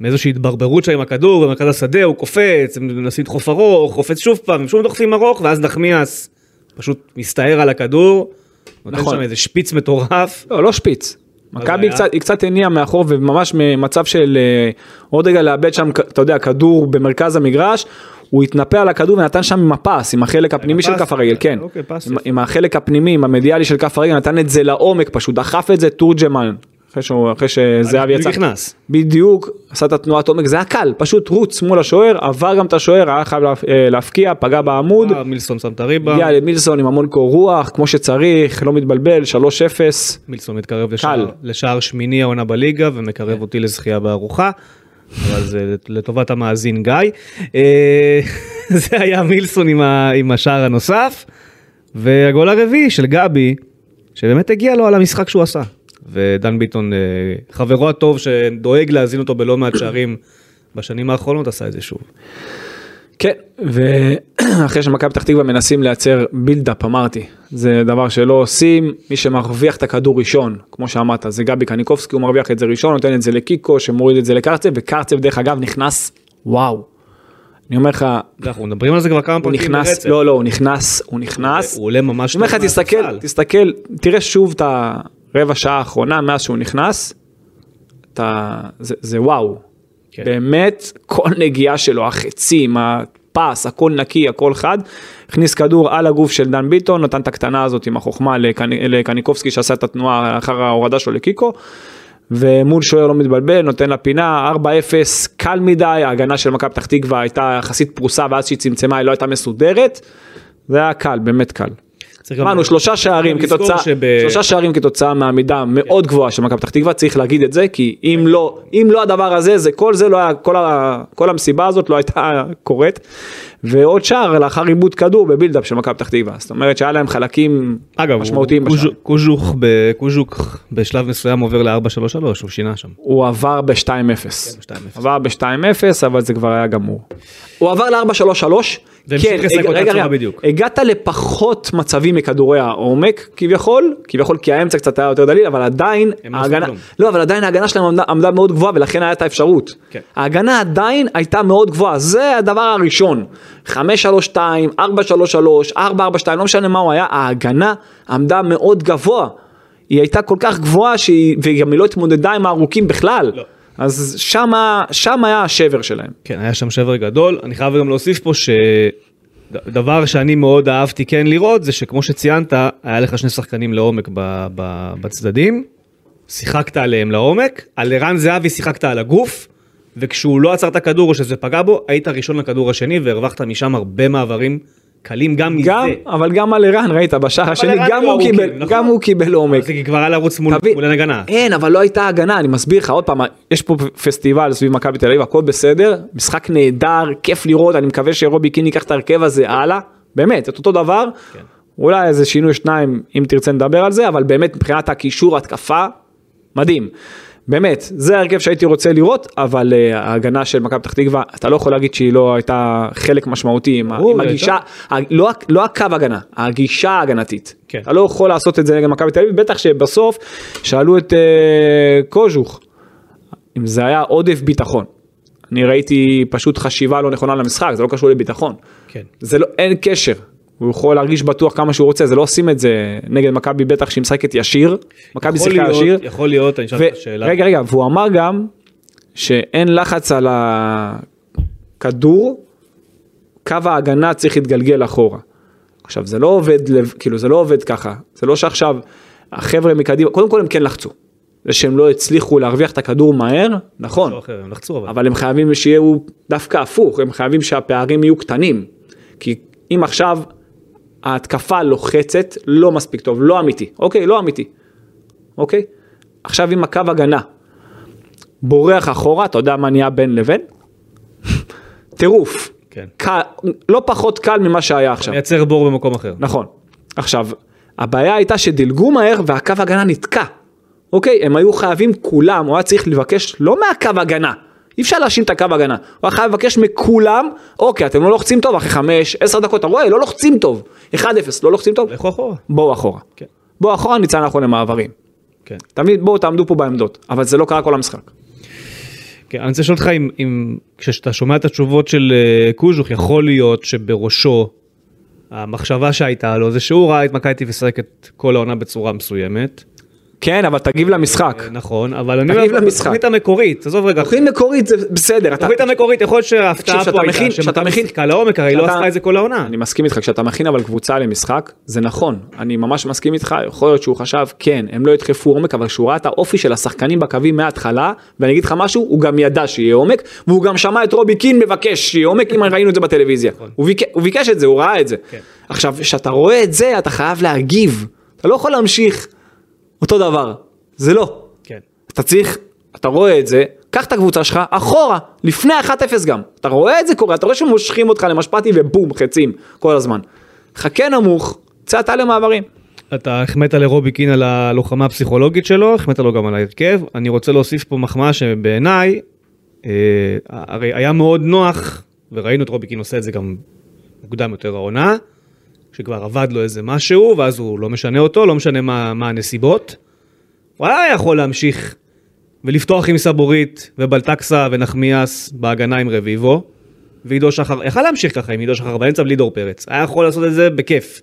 Speaker 2: מאיזושהי התברברות שם עם הכדור במרכז השדה, הוא קופץ, הם מנסים לדחוף ארוך, קופץ שוב פעם, הם שוב דוחפים ארוך, ואז נחמיאס פשוט מסתער על הכדור, נותן
Speaker 3: נכון.
Speaker 2: שם איזה שפיץ מטורף.
Speaker 3: לא, לא שפיץ. מכבי היא
Speaker 2: היה?
Speaker 3: קצת- היא קצת הניעה מאחור וממש ממצב של אה, עוד רגע לאבד שם, כ- אתה יודע, כדור במרכז המגרש, הוא התנפל על הכדור ונתן שם עם הפס, עם החלק הפנימי של
Speaker 2: הפס?
Speaker 3: כף הרגל, כן.
Speaker 2: אוקיי, פס
Speaker 3: עם-
Speaker 2: יפה.
Speaker 3: עם החלק הפנימי, עם המדיאלי של כף הרגל, נתן את זה לעומק פשוט, דחף את זה תורג'מן, אחרי שהוא- אחרי שזהבי
Speaker 2: בדיוק
Speaker 3: יצא.
Speaker 2: נכנס.
Speaker 3: בדיוק, עשה את התנועת עומק, זה היה קל, פשוט רוץ מול השוער, עבר גם את השוער, היה חייב להפ- אה, להפקיע, פגע בעמוד.
Speaker 2: אה, מילסון שם את הריבה,
Speaker 3: הגיע למילסון עם המון קור רוח, כמו שצריך, לא מתבלבל, 3-0.
Speaker 2: מילסון מתקרב לשער,
Speaker 3: קל. כן.
Speaker 2: לשער שמיני העונה בליגה ומקרב אותי לזכייה בארוחה. אבל זה לטובת המאזין גיא. אה, זה היה מילסון עם, ה, עם השער הנוסף. והגול הרביעי של גבי, שבאמת הגיע לו על המשחק שהוא עשה. ודן ביטון, אה, חברו הטוב שדואג להזין אותו בלא מעט שערים בשנים האחרונות, עשה את זה שוב.
Speaker 3: כן, ואחרי שמכבי פתח תקווה מנסים לייצר בילדאפ אמרתי, זה דבר שלא עושים, מי שמרוויח את הכדור ראשון, כמו שאמרת, זה גבי קניקובסקי, הוא מרוויח את זה ראשון, נותן את זה לקיקו, שמוריד את זה לקרצב, וקרצב דרך אגב נכנס, וואו. אני אומר לך,
Speaker 2: אנחנו מדברים על זה כבר כמה
Speaker 3: הוא
Speaker 2: פרקים
Speaker 3: נכנס, לא לא, הוא נכנס, הוא נכנס,
Speaker 2: הוא עולה ממש
Speaker 3: אני אומר לך,
Speaker 2: טוב
Speaker 3: תסתכל,
Speaker 2: מהספסל.
Speaker 3: תסתכל, תראה שוב את הרבע שעה האחרונה מאז שהוא נכנס, אתה, זה, זה וואו.
Speaker 2: כן.
Speaker 3: באמת, כל נגיעה שלו, החצים, הפס, הכל נקי, הכל חד. הכניס כדור על הגוף של דן ביטון, נתן את הקטנה הזאת עם החוכמה לקני- לקניקובסקי שעשה את התנועה אחר ההורדה שלו לקיקו. ומול שוער לא מתבלבל, נותן לפינה, 4-0, קל מדי, ההגנה של מכבי פתח תקווה הייתה יחסית פרוסה ואז שהיא צמצמה היא לא הייתה מסודרת. זה היה קל, באמת קל.
Speaker 2: צריך גם-
Speaker 3: אמרנו שלושה שערים
Speaker 2: גם לזכור
Speaker 3: כתוצאה,
Speaker 2: שב-
Speaker 3: שלושה שערים כתוצאה מעמידה מאוד גבוהה של מכבי פתח תקווה, צריך להגיד את זה, כי אם לא, אם לא הדבר הזה, זה כל זה לא היה, כל, ה, כל המסיבה הזאת לא הייתה קורית. ועוד שער לאחר עיבוד כדור בבילדאפ של מכבי פתח תקווה, זאת אומרת שהיה להם חלקים
Speaker 2: אגב,
Speaker 3: משמעותיים
Speaker 2: הוא-
Speaker 3: בשער.
Speaker 2: קוז'וק- קוז'וק ב- קוז'וק בשלב מסוים עובר ל-4-3-3, הוא שינה שם.
Speaker 3: הוא עבר ב-2-0.
Speaker 2: ב-2-0.
Speaker 3: עבר ב-2-0, אבל זה כבר היה גמור. הוא עבר ל-4-3-3. כן,
Speaker 2: והמשיך לשחק אותה צורה בדיוק.
Speaker 3: הגעת לפחות מצבים מכדורי העומק כביכול, כביכול כי האמצע קצת היה יותר דליל, אבל עדיין,
Speaker 2: הם לא עשו
Speaker 3: ההגנה,
Speaker 2: כלום.
Speaker 3: לא, אבל עדיין ההגנה שלהם עמדה, עמדה מאוד גבוהה ולכן הייתה אפשרות.
Speaker 2: כן.
Speaker 3: ההגנה עדיין הייתה מאוד גבוהה, זה הדבר הראשון. 5-3-2, 4-3-3, 4-4-2, לא משנה מה הוא היה, ההגנה עמדה מאוד גבוה. היא הייתה כל כך גבוהה שהיא, וגם היא לא התמודדה עם הארוכים בכלל.
Speaker 2: לא.
Speaker 3: אז שמה, שם היה השבר שלהם.
Speaker 2: כן, היה שם שבר גדול. אני חייב גם להוסיף פה שדבר שאני מאוד אהבתי כן לראות, זה שכמו שציינת, היה לך שני שחקנים לעומק ב- ב- בצדדים, שיחקת עליהם לעומק, על ערן זהבי שיחקת על הגוף, וכשהוא לא עצר את הכדור או שזה פגע בו, היית ראשון לכדור השני והרווחת משם הרבה מעברים קלים גם מזה.
Speaker 3: גם, אבל גם על ערן, ראית, בשער השני,
Speaker 2: ערן
Speaker 3: גם
Speaker 2: לא
Speaker 3: הוא,
Speaker 2: ארוכים,
Speaker 3: קיבל,
Speaker 2: נכון.
Speaker 3: גם הוא קיבל עומק.
Speaker 2: זה כי כבר היה לרוץ מול
Speaker 3: תבין-
Speaker 2: מול ההגנה.
Speaker 3: אין, אבל לא הייתה הגנה, אני מסביר לך עוד פעם, יש פה פסטיבל סביב מכבי תל אביב, הכל בסדר, משחק נהדר, כיף לראות, אני מקווה שרובי קין ייקח את ההרכב הזה הלאה, באמת, את אותו דבר,
Speaker 2: כן.
Speaker 3: אולי איזה שינוי שניים, אם תרצה נדבר על זה, אבל באמת מבחינת הקישור, התקפה, מדהים. באמת, זה ההרכב שהייתי רוצה לראות, אבל אה, ההגנה של מכבי פתח תקווה, אתה לא יכול להגיד שהיא לא הייתה חלק משמעותי עם, ה-
Speaker 2: ברור,
Speaker 3: עם
Speaker 2: היא
Speaker 3: הגישה, ה- לא, ה- לא הקו הגנה, הגישה ההגנתית.
Speaker 2: כן.
Speaker 3: אתה לא יכול לעשות את זה נגד מכבי תל אביב, בטח שבסוף שאלו את אה, קוז'וך, אם זה היה עודף ביטחון. אני ראיתי פשוט חשיבה לא נכונה למשחק, זה לא קשור לביטחון.
Speaker 2: כן.
Speaker 3: זה לא, אין קשר. הוא יכול להרגיש בטוח כמה שהוא רוצה, זה לא עושים את זה נגד מכבי בטח שהיא משחקת ישיר, מכבי
Speaker 2: יכול
Speaker 3: שיחקה ישיר.
Speaker 2: להיות, יכול להיות, אני אשאל אותך
Speaker 3: ו-
Speaker 2: שאלה.
Speaker 3: רגע רגע, והוא אמר גם שאין לחץ על הכדור, קו ההגנה צריך להתגלגל אחורה. עכשיו זה לא עובד, לב- כאילו זה לא עובד ככה, זה לא שעכשיו החבר'ה מקדימה, קודם כל הם כן לחצו. זה שהם לא הצליחו להרוויח את הכדור מהר, נכון,
Speaker 2: לא אחר, הם לחצו אבל.
Speaker 3: אבל הם חייבים שיהיו דווקא הפוך, הם חייבים שהפערים יהיו קטנים. כי אם עכשיו ההתקפה לוחצת לא מספיק טוב, לא אמיתי, אוקיי? לא אמיתי, אוקיי? עכשיו עם הקו הגנה בורח אחורה, אתה יודע מה נהיה בין לבין? טירוף.
Speaker 2: כן.
Speaker 3: קל, לא פחות קל ממה שהיה עכשיו.
Speaker 2: מייצר בור במקום אחר.
Speaker 3: נכון. עכשיו, הבעיה הייתה שדילגו מהר והקו הגנה נתקע. אוקיי, הם היו חייבים כולם, הוא היה צריך לבקש לא מהקו הגנה, אי אפשר להאשים את הקו הגנה, הוא היה חייב לבקש מכולם, אוקיי, אתם לא לוחצים טוב אחרי חמש, עשר דקות, אתה רואה, לא לוחצים טוב, 1-0, לא לוחצים טוב,
Speaker 2: לכו אחורה.
Speaker 3: בואו אחורה.
Speaker 2: כן.
Speaker 3: בואו אחורה, ניצן אנחנו למעברים.
Speaker 2: כן.
Speaker 3: תמיד בואו תעמדו פה בעמדות, אבל זה לא קרה כל המשחק.
Speaker 2: כן, אני רוצה לשאול אותך אם, אם כשאתה שומע את התשובות של אה, קוז'וך, יכול להיות שבראשו המחשבה שהייתה לו זה שהוא ראה את מכבי תל אביב משחקת כל העונה בצורה מסוימת.
Speaker 3: כן, אבל תגיב למשחק.
Speaker 2: אה, נכון, אבל אני
Speaker 3: תגיב למשחק.
Speaker 2: התוכנית המקורית, עזוב רגע,
Speaker 3: תוכנית מקורית זה בסדר, אתה-
Speaker 2: התוכנית המקורית יכול להיות שההפתעה
Speaker 3: תקשיב,
Speaker 2: פה
Speaker 3: שאתה מכין-
Speaker 2: הייתה
Speaker 3: שאתה
Speaker 2: שמכבי
Speaker 3: מכין-
Speaker 2: שיחקה לעומק, הרי היא לא
Speaker 3: שאתה-
Speaker 2: עשתה את זה כל העונה.
Speaker 3: אני מסכים איתך, כשאתה מכין אבל קבוצה למשחק, זה נכון, אני ממש מסכים איתך, יכול להיות שהוא חשב, כן, הם לא ידחפו עומק, אבל כשהוא ראה את האופי של השחקנים בקווים מההתחלה, ואני אגיד לך משהו, הוא גם ידע שיהיה עומק, והוא גם שמע את רובי קין מבקש שיהיה עומק, אם ראינו את זה בטלוויזיה.
Speaker 2: נכון.
Speaker 3: הוא ביק- הוא ביקש את זה, הוא ראה את זה.
Speaker 2: כן.
Speaker 3: עכשיו, כשאתה רואה את זה, אתה חייב להגיב, אתה לא יכול להמשיך אותו דבר, זה לא.
Speaker 2: כן.
Speaker 3: אתה צריך, אתה רואה את זה, קח את הקבוצה שלך אחורה, לפני 1-0 גם. אתה רואה את זה קורה, אתה רואה שמושכים אותך למשפטי ובום, חצים, כל הזמן. חכה נמוך, צא אתה למעברים.
Speaker 2: אתה החמאת לרובי קין על הלוחמה הפסיכולוגית שלו, החמאת לו גם על ההרכב. אני רוצה להוסיף פה מחמאה שבעיניי, אה, הרי היה מאוד נוח, וראינו את רובי קין עושה את זה גם מוקדם יותר העונה, שכבר עבד לו איזה משהו, ואז הוא לא משנה אותו, לא משנה מה, מה הנסיבות. הוא היה יכול להמשיך ולפתוח עם סבורית ובלטקסה ונחמיאס בהגנה עם רביבו. ועידו שחר, יכל להמשיך ככה עם עידו שחר באמצע בלי דור פרץ, היה יכול לעשות את זה בכיף.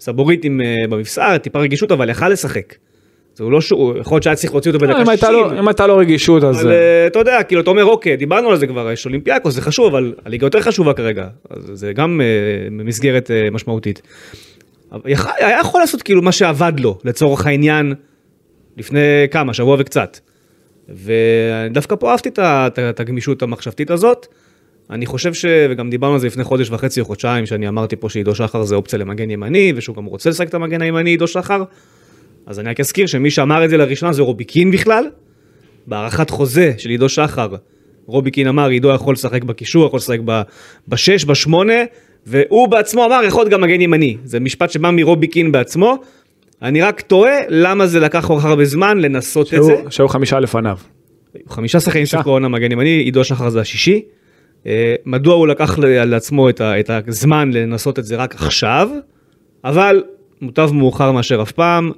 Speaker 2: סבורית עם אה, במפסע, טיפה רגישות, אבל יכל לשחק. זה הוא לא שהוא, יכול להיות שהיה צריך להוציא אותו בדקה
Speaker 3: לא, אם הייתה
Speaker 2: 60.
Speaker 3: לו- אם הייתה לו רגישות אז...
Speaker 2: אבל אה, אתה יודע, כאילו, אתה אומר, אוקיי, דיברנו על זה כבר, יש אולימפיאקוס, זה חשוב, אבל הליגה יותר חשובה כרגע. אז זה גם אה, מסגרת אה, משמעותית. אבל יכל- היה יכול לעשות כאילו מה שעבד לו, לצורך העניין, לפני כמה, שבוע וקצת. ודווקא פה אהבתי את ה- את ה- את הגמישות המחשבתית הזאת. אני חושב ש... וגם דיברנו על זה לפני חודש וחצי או חודשיים, שאני אמרתי פה שעידו שחר זה אופציה למגן ימני, ושהוא גם רוצה לשחק את המגן הימני, עידו שחר. אז אני רק אזכיר שמי שאמר את זה לראשונה זה רוביקין בכלל, בהארכת חוזה של עידו שחר, רובי קין אמר, עידו יכול לשחק בקישור, יכול לשחק ב- בשש, בשמונה, והוא בעצמו אמר, יכול להיות גם מגן ימני. זה משפט שבא מרובי קין בעצמו. אני רק תוהה למה זה לקח כל כך הרבה זמן לנסות את זה.
Speaker 3: שהיו- שהיו חמישה לפניו.
Speaker 2: חמישה שחקנים של קורונה מגן ימני, עידו שחר זה השישי. אה, מדוע הוא לקח ל- על עצמו את, ה, את הזמן לנסות את זה רק עכשיו, אבל מוטב מאוחר מאשר אף פעם.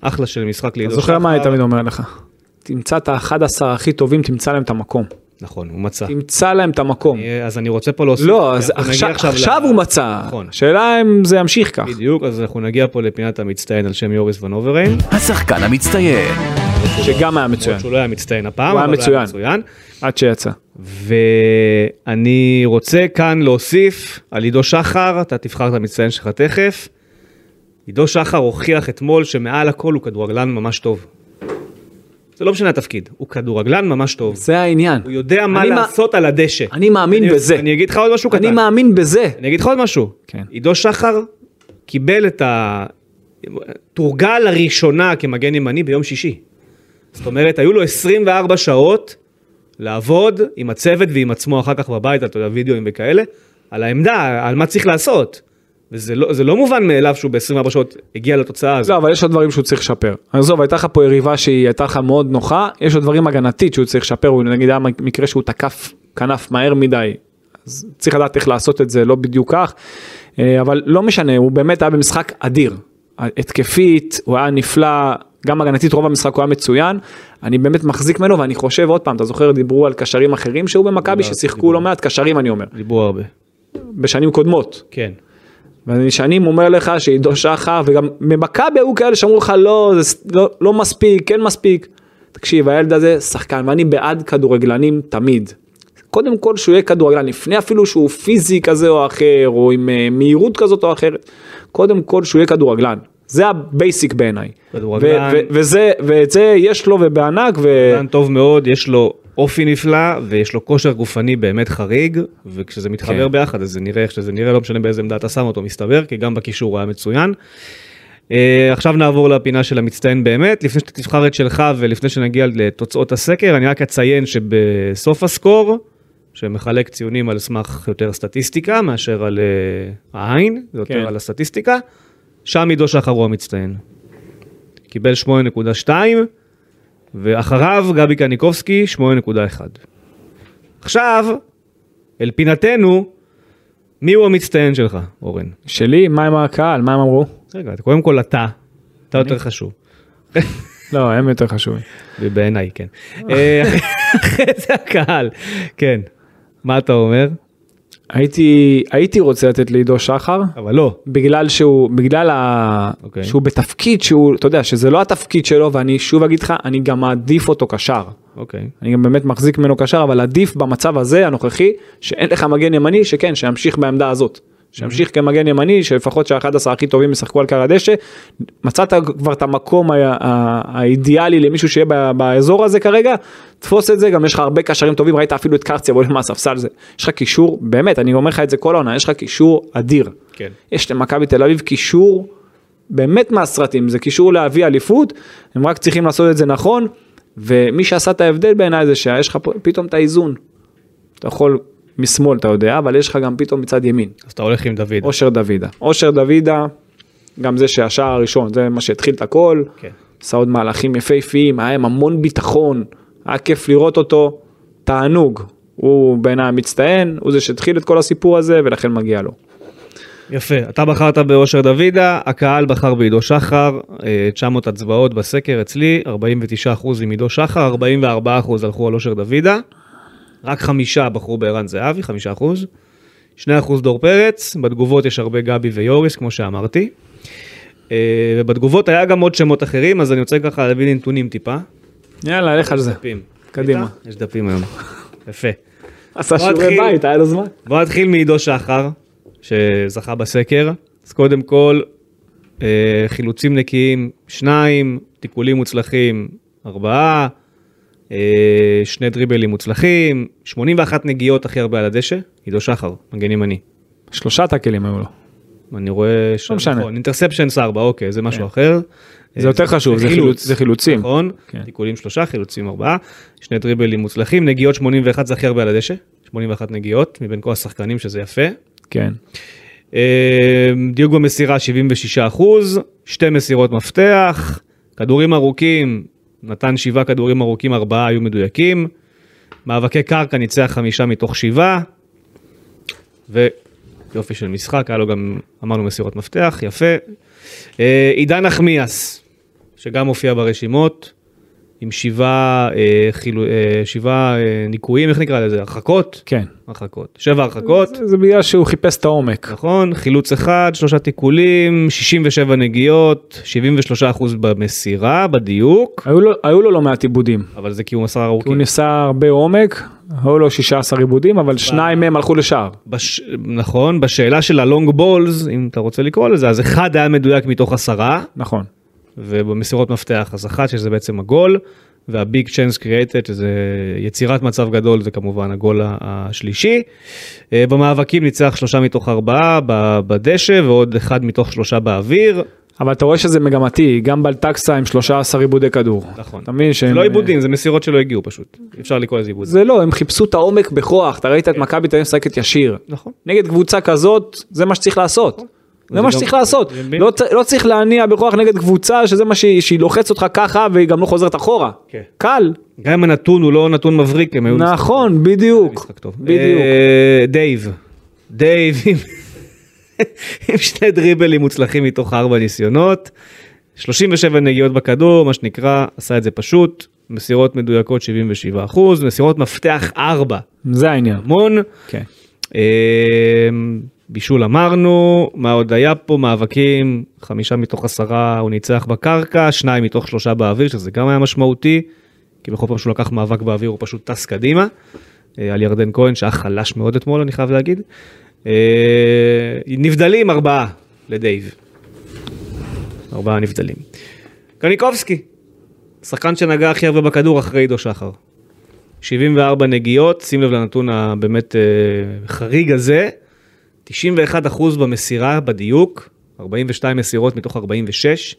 Speaker 2: אחלה של משחק לעידו
Speaker 3: אתה
Speaker 2: שחר.
Speaker 3: זוכר מה אני תמיד אומר לך? תמצא את ה-11 הכי טובים, תמצא להם את המקום.
Speaker 2: נכון, הוא מצא.
Speaker 3: תמצא להם את המקום.
Speaker 2: אה, אז אני רוצה פה להוסיף.
Speaker 3: לא,
Speaker 2: אנחנו
Speaker 3: אז
Speaker 2: נגיע
Speaker 3: עכשיו
Speaker 2: ל-
Speaker 3: עכשיו הוא מצא.
Speaker 2: נכון.
Speaker 3: השאלה אם זה ימשיך כך.
Speaker 2: בדיוק, אז אנחנו נגיע פה לפינת המצטיין על שם יוריס ון אוברהיים.
Speaker 3: כן.
Speaker 1: השחקן המצטיין,
Speaker 3: שגם היה מצוין.
Speaker 2: שהוא לא היה מצטיין הפעם,
Speaker 3: הוא היה
Speaker 2: אבל
Speaker 3: מצוין.
Speaker 2: מצוין.
Speaker 3: עד שיצא.
Speaker 2: ואני רוצה כאן להוסיף על עידו שחר, אתה תבחר את המצטיין שלך תכף. עידו שחר הוכיח אתמול שמעל הכל הוא כדורגלן ממש טוב. זה לא משנה התפקיד, הוא כדורגלן ממש טוב.
Speaker 3: זה העניין.
Speaker 2: הוא יודע מה
Speaker 3: אני מא-
Speaker 2: לעשות על הדשא.
Speaker 3: אני מאמין
Speaker 2: אני-
Speaker 3: בזה.
Speaker 2: אני אגיד לך עוד משהו קטן.
Speaker 3: אני מאמין בזה.
Speaker 2: אני אגיד לך עוד משהו.
Speaker 3: כן.
Speaker 2: עידו שחר קיבל את ה... תורגל לראשונה כמגן ימני ביום שישי. זאת אומרת, היו לו 24 שעות לעבוד עם הצוות ועם עצמו אחר כך בבית, אתה יודע, וידאוים וכאלה, על העמדה, על מה צריך לעשות. וזה לא, זה לא מובן מאליו שהוא ב-24 שעות הגיע לתוצאה הזאת.
Speaker 3: לא, אבל יש עוד דברים שהוא צריך לשפר. עזוב, הייתה לך פה יריבה שהיא הייתה לך מאוד נוחה, יש עוד דברים הגנתית שהוא צריך לשפר, הוא נגיד היה מקרה שהוא תקף כנף מהר מדי, אז צריך לדעת איך לעשות את זה, לא בדיוק כך, אה, אבל לא משנה, הוא באמת היה במשחק אדיר. התקפית, הוא היה נפלא, גם הגנתית רוב המשחק הוא היה מצוין, אני באמת מחזיק ממנו ואני חושב עוד פעם, אתה זוכר דיברו על קשרים אחרים שהיו במכבי ששיחקו לא מעט קשרים אני אומר,
Speaker 2: דיברו הרבה.
Speaker 3: בשנים קודמות,
Speaker 2: כן.
Speaker 3: ואני שנים אומר לך שעידו שחר וגם ממכבי היו כאלה שאמרו לך לא, זה ס- לא, לא מספיק, כן מספיק. תקשיב, הילד הזה שחקן ואני בעד כדורגלנים תמיד. קודם כל שהוא יהיה כדורגלן, לפני אפילו שהוא פיזי כזה או אחר, או עם אה, מהירות כזאת או אחרת, קודם כל שהוא יהיה כדורגלן. זה הבייסיק בעיניי.
Speaker 2: כדורגלן.
Speaker 3: ו- ו- וזה, ואת זה יש לו ובענק, ו...
Speaker 2: דן טוב מאוד, יש לו אופי נפלא ויש לו כושר גופני באמת חריג, וכשזה מתחבר
Speaker 3: כן.
Speaker 2: ביחד אז זה נראה איך שזה נראה, לא משנה באיזה עמדה אתה שם אותו, מסתבר, כי גם בקישור הוא היה מצוין. אה, עכשיו נעבור לפינה של המצטיין באמת, לפני שאתה תבחר את שלך ולפני שנגיע לתוצאות הסקר, אני רק אציין שבסוף הסקור, שמחלק ציונים על סמך יותר סטטיסטיקה מאשר על אה, העין, זה יותר
Speaker 3: כן.
Speaker 2: על הסטטיסטיקה, שם עידו שחר הוא המצטיין. קיבל 8.2, ואחריו גבי קניקובסקי 8.1. עכשיו, אל פינתנו, מי הוא המצטיין שלך, אורן?
Speaker 3: שלי, מה עם הקהל, מה הם אמרו?
Speaker 2: רגע, קודם כל אתה, אתה יותר חשוב.
Speaker 3: לא, הם יותר חשובים.
Speaker 2: ובעיניי, כן. אה, אחרי זה הקהל, כן. מה אתה אומר?
Speaker 3: הייתי, הייתי רוצה לתת לעידו שחר,
Speaker 2: אבל לא.
Speaker 3: בגלל שהוא, בגלל ה...
Speaker 2: אוקיי.
Speaker 3: okay. שהוא בתפקיד שהוא, אתה יודע, שזה לא התפקיד שלו, ואני שוב אגיד לך, אני גם מעדיף אותו קשר.
Speaker 2: אוקיי.
Speaker 3: אני גם באמת מחזיק ממנו קשר, אבל עדיף במצב הזה, הנוכחי, שאין לך מגן ימני, שכן, שימשיך בעמדה הזאת. שימשיך
Speaker 2: אוקיי.
Speaker 3: כמגן ימני, שלפחות שה-11 הכי טובים ישחקו על קר הדשא. מצאת כבר את המקום ה- ה- האידיאלי למישהו שיהיה ב- באזור הזה כרגע, תפוס את זה, גם יש לך הרבה קשרים טובים, ראית אפילו את קרציה עולה מהספסל זה. יש לך קישור, באמת, אני אומר לך את זה כל העונה, יש לך קישור אדיר.
Speaker 2: כן.
Speaker 3: יש למכבי תל אביב קישור באמת מהסרטים, זה קישור להביא אליפות, הם רק צריכים לעשות את זה נכון, ומי שעשה את ההבדל בעיניי זה שיש לך פה- פתאום את האיזון. אתה יכול משמאל אתה יודע, אבל יש לך גם פתאום מצד ימין,
Speaker 2: אז אתה הולך עם דוד.
Speaker 3: אושר דוידה. אושר דוידה, גם זה שהשער הראשון, זה מה שהתחיל את הכל,
Speaker 2: כן.
Speaker 3: עשה עוד מהלכים יפהפיים, היה עם המון ביטחון, היה כיף לראות אותו, תענוג. הוא בעיניי המצטיין, הוא זה שהתחיל את כל הסיפור הזה ולכן מגיע לו.
Speaker 2: יפה, אתה בחרת באושר דוידה, הקהל בחר בעידו שחר, אה, 900 הצבעות בסקר אצלי, 49% עם עידו שחר, 44% הלכו על אושר דוידה, רק חמישה בחרו בערן זהבי, 5%, 2% דור פרץ, בתגובות יש הרבה גבי ויוריס, כמו שאמרתי, אה, ובתגובות היה גם עוד שמות אחרים, אז אני רוצה ככה להביא לי נתונים טיפה.
Speaker 3: יאללה, לך על זה.
Speaker 2: דפים.
Speaker 3: קדימה.
Speaker 2: ראית? יש דפים היום. יפה.
Speaker 3: עשה
Speaker 2: בוא
Speaker 3: שיעורי
Speaker 2: נתחיל.
Speaker 3: בית, היה לו זמן.
Speaker 2: בוא נתחיל מעידו שחר, שזכה בסקר. אז קודם כל, אה, חילוצים נקיים, שניים, תיקולים מוצלחים, ארבעה, אה, שני דריבלים מוצלחים, 81 נגיעות הכי הרבה על הדשא, עידו שחר, מגן ימני.
Speaker 3: שלושה טאקלים היו לו.
Speaker 2: אני רואה ש...
Speaker 3: לא משנה. כן.
Speaker 2: נכון, אינטרספשנס 4, אוקיי, זה משהו אחר. אה,
Speaker 3: זה יותר חשוב, זה חילוץ- זה חילוצים.
Speaker 2: נכון,
Speaker 3: כן.
Speaker 2: תיקולים שלושה, חילוצים ארבעה, שני דריבלים מוצלחים, נגיעות 81 זה הכי הרבה על הדשא, 81 נגיעות, מבין כל השחקנים שזה יפה.
Speaker 3: כן.
Speaker 2: אה, דיוק במסירה 76 אחוז, שתי מסירות מפתח, כדורים ארוכים, נתן שבעה כדורים ארוכים, ארבעה היו מדויקים, מאבקי קרקע ניצח חמישה מתוך שבעה, ויופי של משחק, היה לו גם, אמרנו מסירות מפתח, יפה. אה, עידן נחמיאס, שגם הופיע ברשימות, עם שבעה, אה, חילו, אה, שבעה אה, ניקויים, איך נקרא לזה? הרחקות?
Speaker 3: כן.
Speaker 2: הרחקות. שבע הרחקות.
Speaker 3: זה בגלל שהוא חיפש את העומק.
Speaker 2: נכון, חילוץ אחד, שלושה תיקולים, 67 נגיעות, 73% במסירה, בדיוק,
Speaker 3: היו לו- היו לו לא מעט עיבודים.
Speaker 2: אבל זה כי הוא מסר
Speaker 3: כי הוא
Speaker 2: ארוכים.
Speaker 3: ניסה הרבה עומק, היו לו 16 עיבודים, אבל שניים מהם הלכו לשער.
Speaker 2: בש... נכון, בשאלה של הלונג בולס, אם אתה רוצה לקרוא לזה, אז אחד היה מדויק מתוך עשרה,
Speaker 3: נכון.
Speaker 2: ובמסירות מפתח אז אחת, שזה בעצם הגול, והביג צ'אנס קריאטד, שזה יצירת מצב גדול, זה כמובן הגול ה- השלישי. אה, במאבקים ניצח שלושה מתוך ארבעה ב- בדשא, ועוד אחד מתוך שלושה באוויר.
Speaker 3: אבל אתה רואה שזה מגמתי, גם בלטקסה עם 13 עיבודי כדור.
Speaker 2: נכון.
Speaker 3: אתה מבין שהם... אה,
Speaker 2: זה לא עיבודים, זה מסירות שלא הגיעו פשוט. אפשר לקרוא לזה עיבודים.
Speaker 3: זה לא, הם חיפשו את העומק בכוח, אתה ראית את מכבי תל אביב משחקת ישיר.
Speaker 2: נכון.
Speaker 3: נגד קבוצה כזאת, זה מה שצריך לעשות.
Speaker 2: זה
Speaker 3: זה מה
Speaker 2: גם-
Speaker 3: שצריך לעשות.
Speaker 2: נכון. זה-
Speaker 3: לא צ- לא צריך להניע בכוח נגד קבוצה שזה מה שהיא שהיא לוחצת אותך ככה והיא גם לא חוזרת אחורה.
Speaker 2: כן.
Speaker 3: קל.
Speaker 2: גם אם הנתון הוא לא נתון מבריק, הם היו
Speaker 3: נכון, בדיוק.
Speaker 2: משחק טוב.
Speaker 3: בדיוק.
Speaker 2: אה, דייב. דייב עם- עם שני דריבלים מוצלחים מתוך ארבע ניסיונות. 37 נגיעות בכדור, מה שנקרא, עשה את זה פשוט. מסירות מדויקות 77%, מסירות מפתח 4,
Speaker 3: זה העניין.
Speaker 2: המון.
Speaker 3: כן.
Speaker 2: אה, בישול אמרנו, מה עוד היה פה? מאבקים, חמישה מתוך עשרה הוא ניצח בקרקע, שניים מתוך שלושה באוויר, שזה גם היה משמעותי, כי בכל פעם שהוא לקח מאבק באוויר הוא פשוט טס קדימה. אה, על ירדן כהן שהיה חלש מאוד אתמול, אני חייב להגיד. אה, נבדלים ארבעה לדייב. ארבעה נבדלים. קניקובסקי, שחקן שנגע הכי הרבה בכדור אחרי עידו שחר. 74 נגיעות, שים לב לנתון הבאמת אה, חריג הזה, 91% במסירה, בדיוק, 42 מסירות מתוך 46,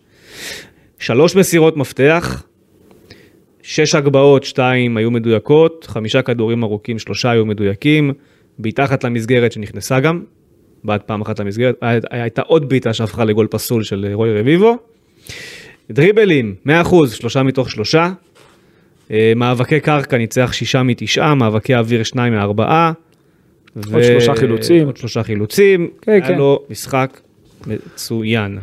Speaker 2: שלוש מסירות מפתח, שש הגבהות, שתיים היו מדויקות, חמישה כדורים ארוכים, שלושה היו מדויקים, בעיטה אחת למסגרת שנכנסה גם, בעט פעם אחת למסגרת, הי- הייתה עוד בעיטה שהפכה לגול פסול של אה, רוי רביבו. דריבלים, 100%, שלושה מתוך שלושה. אה, מאבקי קרקע ניצח שישה מתשעה, מאבקי אוויר שניים מארבעה.
Speaker 3: עוד שלושה חילוצים.
Speaker 2: עוד שלושה חילוצים.
Speaker 3: כן,
Speaker 2: היה
Speaker 3: כן.
Speaker 2: לו משחק מצוין.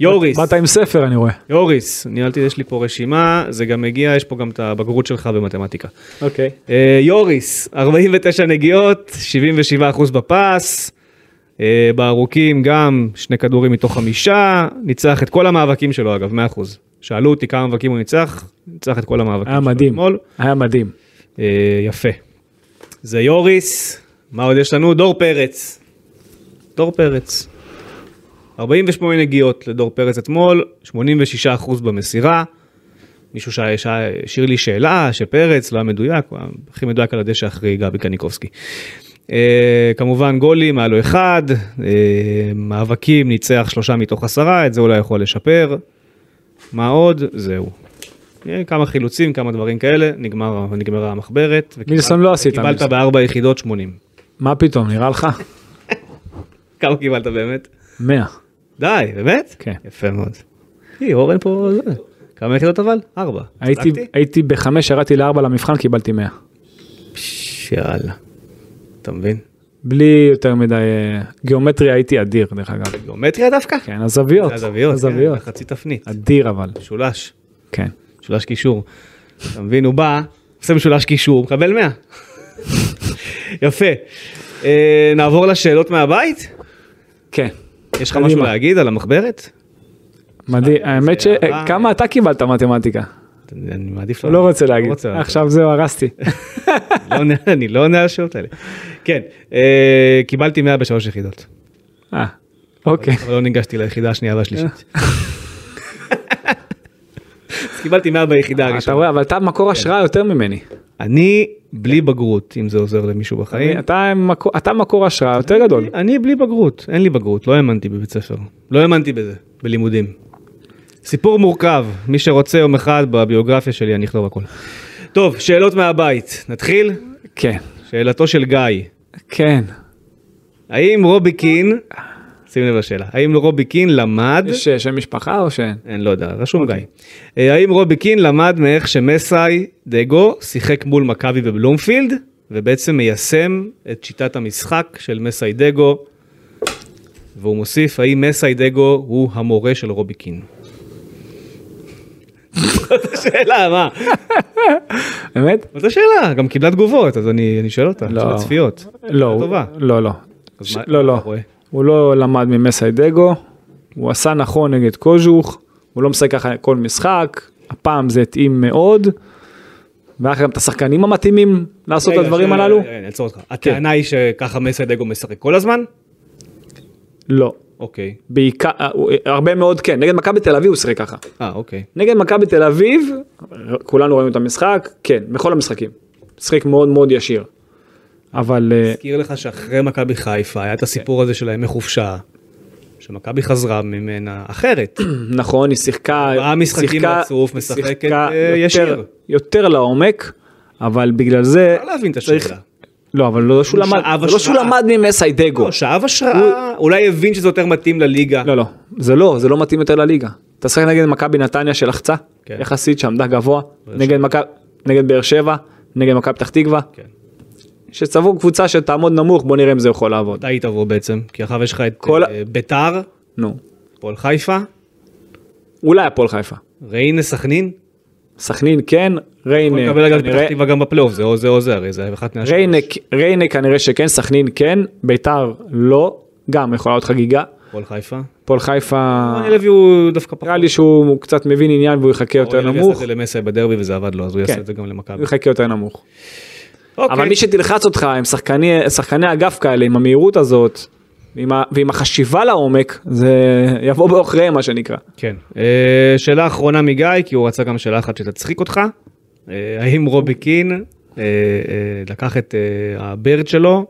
Speaker 2: יוריס.
Speaker 3: באת עם ספר אני רואה.
Speaker 2: יוריס, ניהלתי, יש לי פה רשימה, זה גם מגיע, יש פה גם את הבגרות שלך במתמטיקה.
Speaker 3: אוקיי.
Speaker 2: אה, יוריס, 49 נגיעות, 77% בפס, אה, בארוכים גם שני כדורים מתוך חמישה, ניצח את כל המאבקים שלו אגב, 100%. שאלו אותי כמה מאבקים הוא ניצח, ניצח את כל המאבקים
Speaker 3: היה אה, מדהים.
Speaker 2: אתמול.
Speaker 3: היה מדהים.
Speaker 2: אה, יפה. זה יוריס, מה עוד יש לנו? דור פרץ. דור פרץ. 48 נגיעות לדור פרץ אתמול, 86% במסירה. מישהו שה- שה- השאיר לי שאלה שפרץ לא היה מדויק, הוא היה הכי מדויק על הדשא אחרי גבי קניקובסקי. אה, כמובן גולים, היה לו אחד, אה, מאבקים, ניצח שלושה מתוך עשרה, את זה אולי יכול לשפר. מה עוד? זהו. אה, כמה חילוצים, כמה דברים כאלה, נגמר, נגמרה המחברת.
Speaker 3: מילסון לא עשית,
Speaker 2: קיבלת
Speaker 3: מילסון.
Speaker 2: בארבע יחידות 80.
Speaker 3: מה פתאום נראה לך?
Speaker 2: כמה קיבלת באמת?
Speaker 3: 100.
Speaker 2: די, באמת?
Speaker 3: כן.
Speaker 2: יפה מאוד. היי, אורן פה... זה. כמה יחידות אבל? ארבע.
Speaker 3: הייתי-
Speaker 2: צדקתי?
Speaker 3: הייתי בחמש, ירדתי לארבע למבחן, קיבלתי 100.
Speaker 2: פש, יאללה. אתה מבין?
Speaker 3: בלי יותר מדי, אה, גיאומטריה הייתי אדיר דרך אגב.
Speaker 2: גיאומטריה דווקא?
Speaker 3: כן, הזוויות.
Speaker 2: הזוויות,
Speaker 3: הזוויות.
Speaker 2: כן, חצי תפנית.
Speaker 3: אדיר אבל.
Speaker 2: משולש,
Speaker 3: כן.
Speaker 2: משולש קישור. אתה מבין, הוא בא, עושה משולש קישור, מקבל 100. יפה. אה, נעבור לשאלות מהבית?
Speaker 3: כן.
Speaker 2: יש לך משהו
Speaker 3: קדימה.
Speaker 2: להגיד על המחברת?
Speaker 3: מדהים. האמת ש...
Speaker 2: אה,
Speaker 3: אה, כמה אתה קיבלת מתמטיקה?
Speaker 2: אני מעדיף
Speaker 3: לא רוצה להגיד.
Speaker 2: רוצה.
Speaker 3: עכשיו זהו, הרסתי.
Speaker 2: לא עונה- אני לא עונה על השאלות האלה. כן, אה, קיבלתי 100 בשלוש יחידות.
Speaker 3: אה, אוקיי.
Speaker 2: אבל לא ניגשתי ליחידה השנייה והשלישית. אז קיבלתי 100 ביחידה
Speaker 3: אתה
Speaker 2: הראשונה.
Speaker 3: רואה, אבל אתה מקור
Speaker 2: כן.
Speaker 3: השראה יותר ממני.
Speaker 2: אני בלי בגרות, אם זה עוזר למישהו בחיים.
Speaker 3: אתה מקור- אתה מקור השראה יותר גדול.
Speaker 2: אני בלי בגרות, אין לי בגרות, לא האמנתי בבית ספר. לא האמנתי בזה, בלימודים. סיפור מורכב, מי שרוצה יום אחד בביוגרפיה שלי אני אכתוב הכל. טוב, שאלות מהבית, נתחיל?
Speaker 3: כן.
Speaker 2: שאלתו של גיא.
Speaker 3: כן.
Speaker 2: האם רובי קין, שים לב לשאלה, האם רובי קין למד,
Speaker 3: יש אה, שם משפחה או שאין?
Speaker 2: אני לא יודע, רשום
Speaker 3: אוקיי.
Speaker 2: גיא, אה, האם רובי קין למד מאיך שמסאי דגו שיחק מול מכבי בבלומפילד, ובעצם מיישם את שיטת המשחק של מסאי דגו, והוא מוסיף, האם מסאי דגו הוא המורה של רובי קין? זאת השאלה, מה?
Speaker 3: באמת?
Speaker 2: זאת השאלה, גם קיבלה תגובות, אז אני אני שואל אותה, של הצפיות.
Speaker 3: לא,
Speaker 2: שאלה
Speaker 3: הוא-
Speaker 2: טובה.
Speaker 3: לא, לא.
Speaker 2: אז
Speaker 3: ש-
Speaker 2: מה-
Speaker 3: לא,
Speaker 2: מה
Speaker 3: לא.
Speaker 2: אתה רואה?
Speaker 3: הוא לא למד ממסיידגו, הוא עשה נכון נגד קוז'וך, הוא לא משחק ככה כל משחק, הפעם זה התאים מאוד, והיה לך גם את השחקנים המתאימים לעשות את
Speaker 2: רגע,
Speaker 3: הדברים
Speaker 2: שנייה,
Speaker 3: הללו? כן.
Speaker 2: רגע, רגע, אני אעצור אותך. הטענה היא שככה מסי דגו משחק כל הזמן?
Speaker 3: לא.
Speaker 2: אוקיי.
Speaker 3: בעיקר, אה, הוא- אה, הרבה מאוד כן, נגד מכבי תל אביב הוא שיחק ככה.
Speaker 2: אה, אוקיי.
Speaker 3: נגד מכבי תל אביב, כולנו ראינו את המשחק, כן, בכל המשחקים. משחק מאוד מאוד ישיר. אבל אה,
Speaker 2: אזכיר לך שאחרי מכבי חיפה היה את הסיפור הזה של הימי חופשה, שמכבי חזרה ממנה אחרת.
Speaker 3: נכון, היא שיחקה,
Speaker 2: ארבעה משחקים
Speaker 3: שיחקה-
Speaker 2: רצוף,
Speaker 3: היא
Speaker 2: משחקת,
Speaker 3: שיחקה
Speaker 2: אה,
Speaker 3: יותר-
Speaker 2: ישיר.
Speaker 3: יותר לעומק, אבל בגלל זה,
Speaker 2: אפשר להבין את
Speaker 3: צריך-
Speaker 2: השאלה.
Speaker 3: לא, אבל לא שהוא
Speaker 2: הוא
Speaker 3: למד,
Speaker 2: שאב
Speaker 3: זה לא שהוא
Speaker 2: השראה.
Speaker 3: למד ממסיידגו,
Speaker 2: לא, שאב השראה, אולי הבין שזה יותר מתאים לליגה.
Speaker 3: לא, לא, זה לא, זה לא מתאים יותר לליגה. אתה שחק נגד מכבי נתניה שלחצה,
Speaker 2: כן.
Speaker 3: יחסית שעמדה גבוה, נגד מכבי- נגד באר שבע, נגד מכבי פתח תקווה,
Speaker 2: כן.
Speaker 3: שצבור קבוצה שתעמוד נמוך, בוא נראה אם זה יכול לעבוד.
Speaker 2: מתי תבוא בעצם? כי אחריו יש לך את
Speaker 3: כל ה-
Speaker 2: אה, ביתר,
Speaker 3: נו,
Speaker 2: פועל חיפה,
Speaker 3: אולי הפועל חיפה.
Speaker 2: ריינה סכנין,
Speaker 3: סכנין כן, ריינה
Speaker 2: הוא יקבל אגב את פתח
Speaker 3: כנראה-
Speaker 2: תקווה גם בפלייאוף, זה או זה או זה, הרי זה אחת מהשלוש.
Speaker 3: ריינה, ריינה כנראה שכן, סכנין כן, ביתר לא, גם יכולה להיות חגיגה,
Speaker 2: הפועל חיפה.
Speaker 3: הפועל חיפה
Speaker 2: רוני לוי הוא דווקא פחות.
Speaker 3: נראה לי שהוא קצת מבין עניין והוא יחכה יותר
Speaker 2: רוני לוי עשה את
Speaker 3: נמוך,
Speaker 2: זה למסי בדרבי וזה עבד לו, אז הוא יעשה
Speaker 3: כן.
Speaker 2: את זה גם למכבי.
Speaker 3: הוא יחכה יותר נמוך.
Speaker 2: אוקיי.
Speaker 3: אבל מי שתלחץ אותך עם שחקני, שחקני אגף כאלה, עם המהירות הזאת, עם ה, ועם החשיבה לעומק, זה יבוא בעוכריהם מה שנקרא.
Speaker 2: כן. אה, שאלה אחרונה מגיא, כי הוא רצה גם שאלה אחת שתצחיק אותך. אה, האם רובי קין אה, אה, לקח את אה, הברד שלו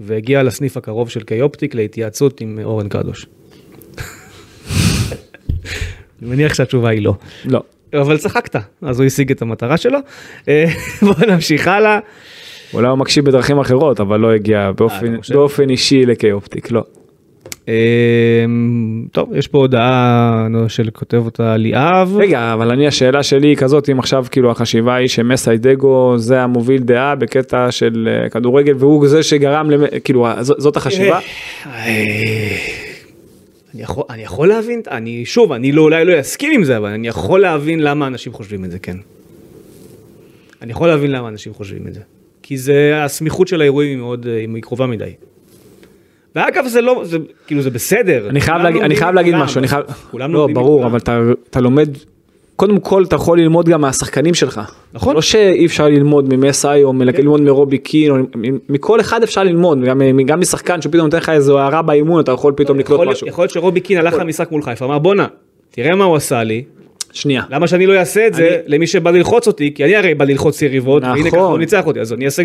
Speaker 2: והגיע לסניף הקרוב של קיופטיק להתייעצות עם אורן קדוש? אני מניח שהתשובה היא לא.
Speaker 3: לא.
Speaker 2: אבל צחקת, אז הוא השיג את המטרה שלו. אה, בואו נמשיך הלאה.
Speaker 3: אולי הוא מקשיב בדרכים אחרות, אבל לא הגיע באופן,
Speaker 2: אה, חושב?
Speaker 3: באופן אישי לקיופטיק, לא.
Speaker 2: אה, טוב, יש פה הודעה נו, של כותב אותה ליאב.
Speaker 3: רגע, אבל אני השאלה שלי היא כזאת, אם עכשיו כאילו החשיבה היא שמסיידגו זה המוביל דעה בקטע של אה, כדורגל, והוא זה שגרם, למ... כאילו, ה- ז- זאת החשיבה?
Speaker 2: אה, אני יכול, אני יכול להבין, אני שוב, אני לא, אולי לא אסכים עם זה, אבל אני יכול להבין למה אנשים חושבים את זה, כן. אני יכול להבין למה אנשים חושבים את זה. כי זה, הסמיכות של האירועים היא מאוד, אה, היא קרובה מדי. ואגב, זה לא, זה, כאילו, זה בסדר.
Speaker 3: אני חייב
Speaker 2: כולם
Speaker 3: להגיד, אני
Speaker 2: לומדים
Speaker 3: חייב להגיד
Speaker 2: מכולם,
Speaker 3: משהו, אני חייב,
Speaker 2: כולם
Speaker 3: לא
Speaker 2: לומדים
Speaker 3: ברור,
Speaker 2: מכולם.
Speaker 3: אבל אתה, אתה לומד, קודם כל אתה יכול ללמוד גם מהשחקנים שלך.
Speaker 2: נכון. כן.
Speaker 3: לא שאי אפשר ללמוד ממסאי או מל- ללמוד מרובי קין, או מ- מכל אחד אפשר ללמוד, גם, אה, גם משחקן שפתאום נותן לך איזו הערה באימון, אתה יכול פתאום לקלוט
Speaker 2: יכול להיות-
Speaker 3: לא, משהו.
Speaker 2: יכול להיות שרובי קין הלך למשחק מול חיפה, אמר בואנה, תראה מה הוא עשה לי,
Speaker 3: שנייה.
Speaker 2: למה שאני לא אעשה את זה למי שבא ללחוץ אותי, כי אני הרי בא ללחוץ יריבות, והנה
Speaker 3: נכון.
Speaker 2: ככה הוא ניצח אותי, אז אני אעשה...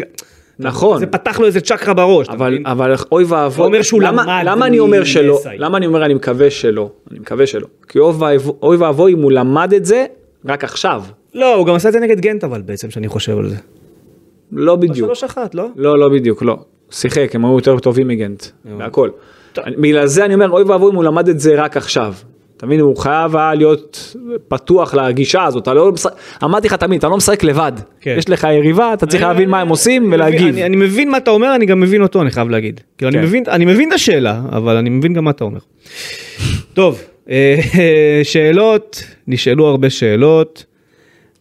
Speaker 3: נכון.
Speaker 2: זה פתח לו איזה צ'קרה בראש, אתה
Speaker 3: אבל
Speaker 2: מבין?
Speaker 3: אבל אוי ואבוי,
Speaker 2: אתה אומר שהוא
Speaker 3: למה-
Speaker 2: למד
Speaker 3: למה אני אומר שלא,
Speaker 2: ממסאי.
Speaker 3: למה אני אומר אני מקווה שלא, אני מקווה שלא, כי אוי ואבו- אוי ואבוי אם הוא למד את זה רק עכשיו,
Speaker 2: לא, הוא גם עשה את זה נגד גנט אבל בעצם, שאני חושב על זה.
Speaker 3: לא בדיוק.
Speaker 2: שלוש אחת, לא?
Speaker 3: לא, לא בדיוק, לא. שיחק, הם היו יותר טובים מגנט, והכל. אני- בגלל זה אני אומר, אוי ואבוי אם הוא למד את זה רק עכשיו. אתה מבין, הוא חייב היה להיות פתוח לגישה הזאת. אתה לא משחק, אמרתי לך תמיד, אתה לא משחק לבד.
Speaker 2: כן.
Speaker 3: יש לך יריבה, אתה צריך להבין מה הם עושים
Speaker 2: אני-
Speaker 3: ולהגיב.
Speaker 2: אני- אני מבין מה אתה אומר, אני גם מבין אותו, אני חייב להגיד. כאילו, אני
Speaker 3: כן.
Speaker 2: מבין- אני מבין את השאלה, אבל אני מבין גם מה אתה אומר. טוב, אה, שאלות, נשאלו הרבה שאלות.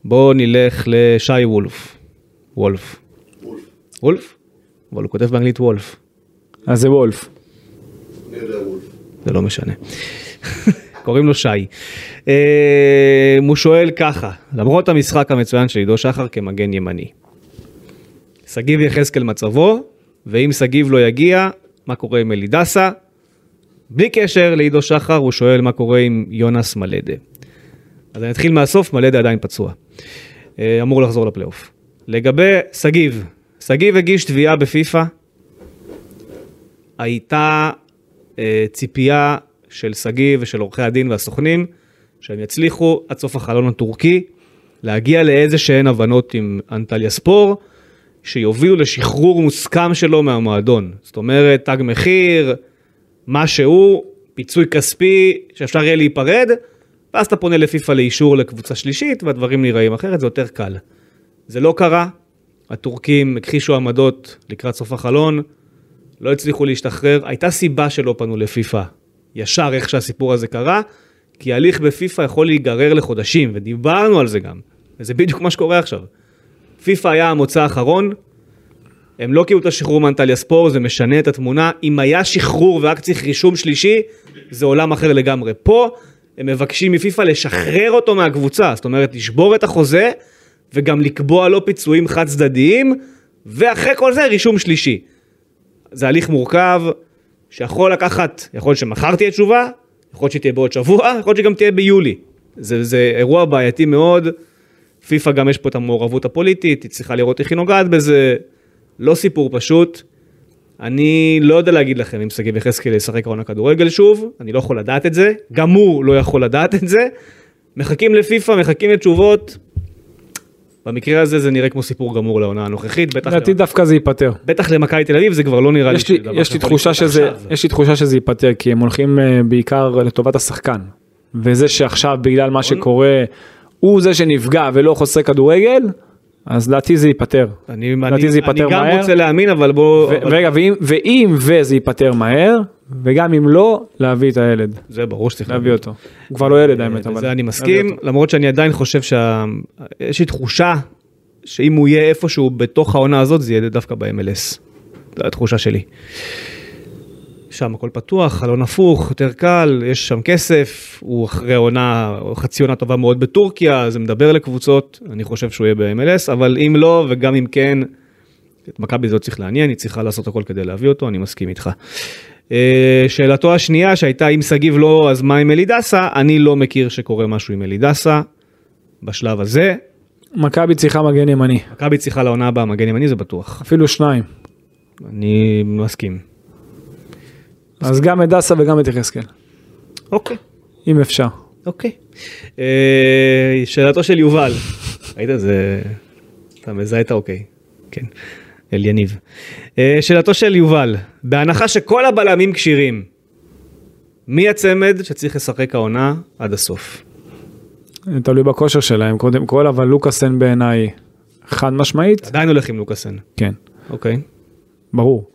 Speaker 2: בואו נלך לשי וולף. וולף. וולף? אבל הוא כותב באנגלית וולף.
Speaker 3: אז זה וולף.
Speaker 2: זה לא משנה. קוראים לו שי. אה, הוא שואל ככה, למרות המשחק המצוין של עידו שחר כמגן ימני, שגיב יחזקאל מצבו, ואם שגיב לא יגיע, מה קורה עם אלי דסה? בלי קשר לעידו שחר, הוא שואל מה קורה עם יונס מלדה. אז אני אתחיל מהסוף, מלדה עדיין פצוע. אה, אמור לחזור לפלייאוף. לגבי שגיב, שגיב הגיש תביעה בפיפ"א, הייתה אה, ציפייה של שגיב ושל עורכי הדין והסוכנים, שהם יצליחו עד סוף החלון הטורקי להגיע לאיזה שהן הבנות עם אנטליה ספור, שיובילו לשחרור מוסכם שלו מהמועדון. זאת אומרת, תג מחיר, משהו, פיצוי כספי, שאפשר יהיה להיפרד, ואז אתה פונה לפיפ"א לאישור לקבוצה שלישית, והדברים נראים אחרת, זה יותר קל. זה לא קרה, הטורקים הכחישו עמדות לקראת סוף החלון, לא הצליחו להשתחרר, הייתה סיבה שלא פנו לפיפ"א, ישר איך שהסיפור הזה קרה, כי ההליך בפיפ"א יכול להיגרר לחודשים, ודיברנו על זה גם, וזה בדיוק מה שקורה עכשיו. פיפ"א היה המוצא האחרון, הם לא קיבלו את השחרור מאנטליה ספור, זה משנה את התמונה. אם היה שחרור ורק צריך רישום שלישי, זה עולם אחר לגמרי. פה הם מבקשים מפיפ"א לשחרר אותו מהקבוצה, זאת אומרת לשבור את החוזה, וגם לקבוע לו פיצויים חד צדדיים, ואחרי כל זה רישום שלישי. זה הליך מורכב, שיכול לקחת, יכול להיות שמחר תהיה תשובה, יכול להיות שתהיה בעוד שבוע, יכול להיות שגם תהיה ביולי. זה, זה אירוע בעייתי מאוד, פיפ"א גם יש פה את המעורבות הפוליטית, היא צריכה לראות איך היא נוגעת בזה, לא סיפור פשוט. אני לא יודע להגיד לכם אם שגיב יחזקאל ישחק עונה כדורגל שוב, אני לא יכול לדעת את זה, גם הוא לא יכול לדעת את זה. מחכים לפיפ"א, מחכים לתשובות. במקרה הזה זה נראה כמו סיפור גמור לעונה הנוכחית, בטח,
Speaker 3: לדעתי דווקא זה ייפתר.
Speaker 2: בטח למכבי תל אביב זה כבר לא נראה לי
Speaker 3: יש לי,
Speaker 2: שזה דבר
Speaker 3: יש לי
Speaker 2: שיכול
Speaker 3: תחושה
Speaker 2: לקרות
Speaker 3: שזה,
Speaker 2: עכשיו.
Speaker 3: יש לי תחושה שזה ייפתר כי הם הולכים אה, בעיקר לטובת השחקן. וזה שעכשיו בגלל מה שקורה הוא זה שנפגע ולא חוסר כדורגל, אז לדעתי זה ייפתר.
Speaker 2: אני, אני,
Speaker 3: לדעתי זה
Speaker 2: אני
Speaker 3: ייפתר
Speaker 2: גם
Speaker 3: מהר.
Speaker 2: רוצה להאמין אבל בוא...
Speaker 3: ו-
Speaker 2: אבל...
Speaker 3: רגע, ואם, ואם וזה ייפתר מהר, וגם אם לא, להביא את הילד,
Speaker 2: זה ברור שצריך
Speaker 3: להביא אותו. הוא כבר לא ילד האמת, אבל...
Speaker 2: לזה אה, אני
Speaker 3: להביא
Speaker 2: מסכים,
Speaker 3: אותו.
Speaker 2: למרות שאני עדיין חושב שיש לי תחושה שאם הוא יהיה איפשהו בתוך העונה הזאת, זה יהיה דווקא ב-MLS. זו התחושה שלי. שם הכל פתוח, חלון הפוך, יותר קל, יש שם כסף, הוא אחרי עונה, חצי עונה טובה מאוד בטורקיה, זה מדבר לקבוצות, אני חושב שהוא יהיה ב-MLS, אבל אם לא, וגם אם כן, את מכבי זה לא צריך לעניין, היא צריכה לעשות הכל כדי להביא אותו, אני מסכים איתך. אה, שאלתו השנייה שהייתה, אם שגיב לא, אז מה עם אלי דסה? אני לא מכיר שקורה משהו עם אלי דסה בשלב הזה.
Speaker 3: מכבי צריכה מגן ימני,
Speaker 2: מכבי צריכה לעונה הבאה מגן ימני, זה בטוח.
Speaker 3: אפילו שניים.
Speaker 2: אני מסכים.
Speaker 3: אז גם את דסה וגם את יחזקאל,
Speaker 2: אוקיי.
Speaker 3: אם אפשר.
Speaker 2: אוקיי. אה, שאלתו של יובל. ראית זה... אתה מזהה את האוקיי. כן. אל יניב. אה, שאלתו של יובל. בהנחה שכל הבלמים כשירים, מי הצמד שצריך לשחק העונה עד הסוף?
Speaker 3: תלוי בכושר שלהם קודם כל, אבל לוקאסן בעיניי חד משמעית,
Speaker 2: עדיין הולך עם לוקאסן.
Speaker 3: כן.
Speaker 2: אוקיי.
Speaker 3: ברור.